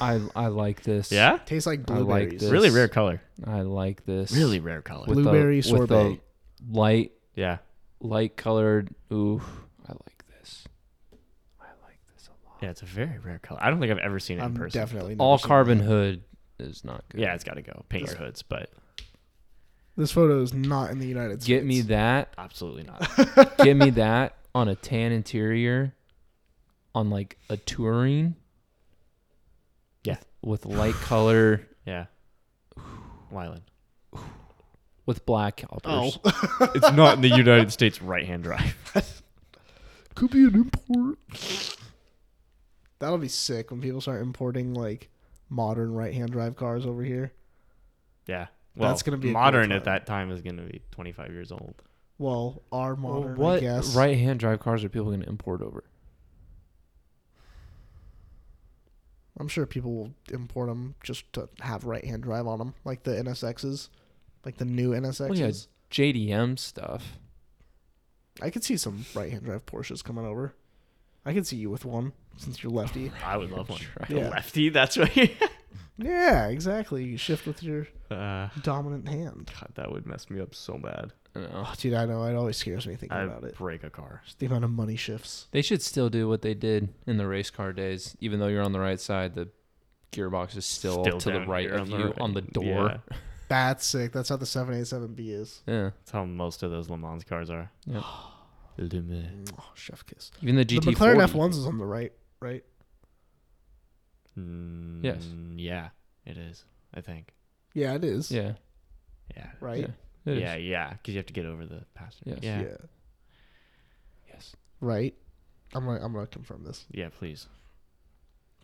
S1: I I like this.
S2: Yeah.
S3: tastes like
S1: I like
S3: blueberries
S1: this.
S2: Really rare color.
S1: I like this.
S2: Really rare color.
S1: With the-
S3: Blueberry
S1: with the
S3: sorbet.
S1: light
S2: yeah.
S1: light colored. Ooh, I like this. I like this a lot.
S2: Yeah, it's a very rare color. I don't think I've ever seen it
S3: I'm
S2: in person.
S3: definitely never
S1: All
S3: seen
S1: carbon
S3: that.
S1: hood is not good.
S2: Yeah, it's got to go. Paint your hoods, but
S3: This photo is not in the United States.
S1: Get me that.
S2: absolutely
S3: (laughs)
S2: not.
S1: Get me that (laughs) on a tan interior, on like a touring.
S2: Yeah.
S1: With, with light color,
S2: Yeah. Wyland.
S1: with black calipers.
S3: Oh.
S2: It's not in the United States right hand drive.
S3: Could be an import. That'll be sick when people start importing like modern right hand drive cars over here.
S2: (laughs) Yeah. Well,
S3: That's gonna be a cool
S2: modern
S3: time.
S2: at that time is going to be 25 years old.
S3: Well, our (laughs) modern, I
S1: what
S3: guess.
S1: right hand drive cars are people going to import over?
S3: I'm sure people will import them just to have right hand drive on them, like the NSXs, like the new NSXs.
S1: Well, Oh, yeah, JDM stuff.
S3: I could see some right hand drive Porsches coming over. I could see you with one since
S2: (laughs)
S3: you're lefty.
S2: I would
S3: (laughs)
S2: love one.
S1: Drive.
S3: Yeah.
S2: Lefty, that's what.
S3: (laughs)
S2: You, (laughs)
S3: Yeah, exactly. You shift with your
S2: uh,
S3: dominant hand.
S2: God, that would mess me up so bad.
S1: I don't know.
S3: Oh, dude, I know. It always scares me thinking
S2: I'd
S3: about it.
S2: break a car.
S3: Just the amount of money shifts.
S1: They should still do what they did in the race car days, even though you're on the right side. The gearbox is still, to the
S2: down
S1: right
S2: here
S1: of you
S2: right.
S1: on the door.
S2: Yeah.
S3: That's sick. That's how the 787B is.
S1: Yeah.
S2: That's how most of those Le Mans cars are.
S1: Yeah.
S2: (gasps) Le Mans.
S3: Oh, chef kiss.
S1: Even the GT.
S3: the McLaren F1s is on the right, right?
S2: Mm,
S1: Yes.
S2: Yeah, it is. I think.
S3: Yeah, it is.
S1: Yeah.
S2: Yeah.
S3: Right?
S1: It is.
S2: Yeah, yeah, because you have to get over the passenger.
S1: Yes.
S2: Yeah. yeah,
S1: Yes.
S3: Right? I'm gonna, I'm gonna confirm this.
S2: please.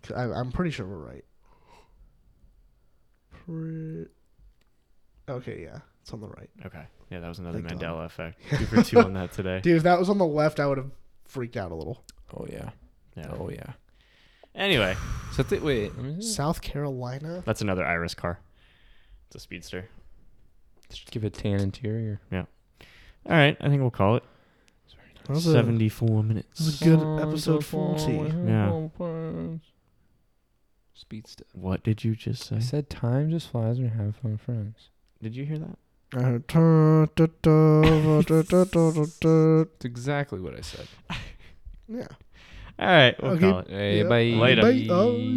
S3: 'Cause I, I'm pretty sure we're right. Pre- okay, yeah. It's on the right.
S2: Okay, yeah, that was another
S3: Thank
S2: Mandela effect. Two for two on that
S3: (laughs)
S2: today.
S3: Dude, if that was on the left, I would have freaked out a little.
S1: Oh yeah.
S2: Yeah.
S1: Oh yeah.
S2: Anyway,
S1: So th- wait. let me just
S3: South Carolina?
S2: that's another Iris car. It's a speedster.
S1: just give it tan interior.
S2: All right, I think we'll call it
S3: That was a-
S2: seventy-four
S3: that was
S2: minutes.
S3: a good episode 40.
S2: Yeah.
S1: Speed stuff.
S2: What did you just say?
S1: I said time just flies when you're having fun with friends.
S2: Did you hear that?
S3: I heard, "Da, da, da, da, da, da, da, da."
S1: That's exactly what I said.
S3: (laughs) Yeah.
S2: All right, we'll
S3: Okay.
S2: call it.
S1: Hey,
S3: Yeah.
S1: bye.
S2: Later.
S3: Bye. Oh.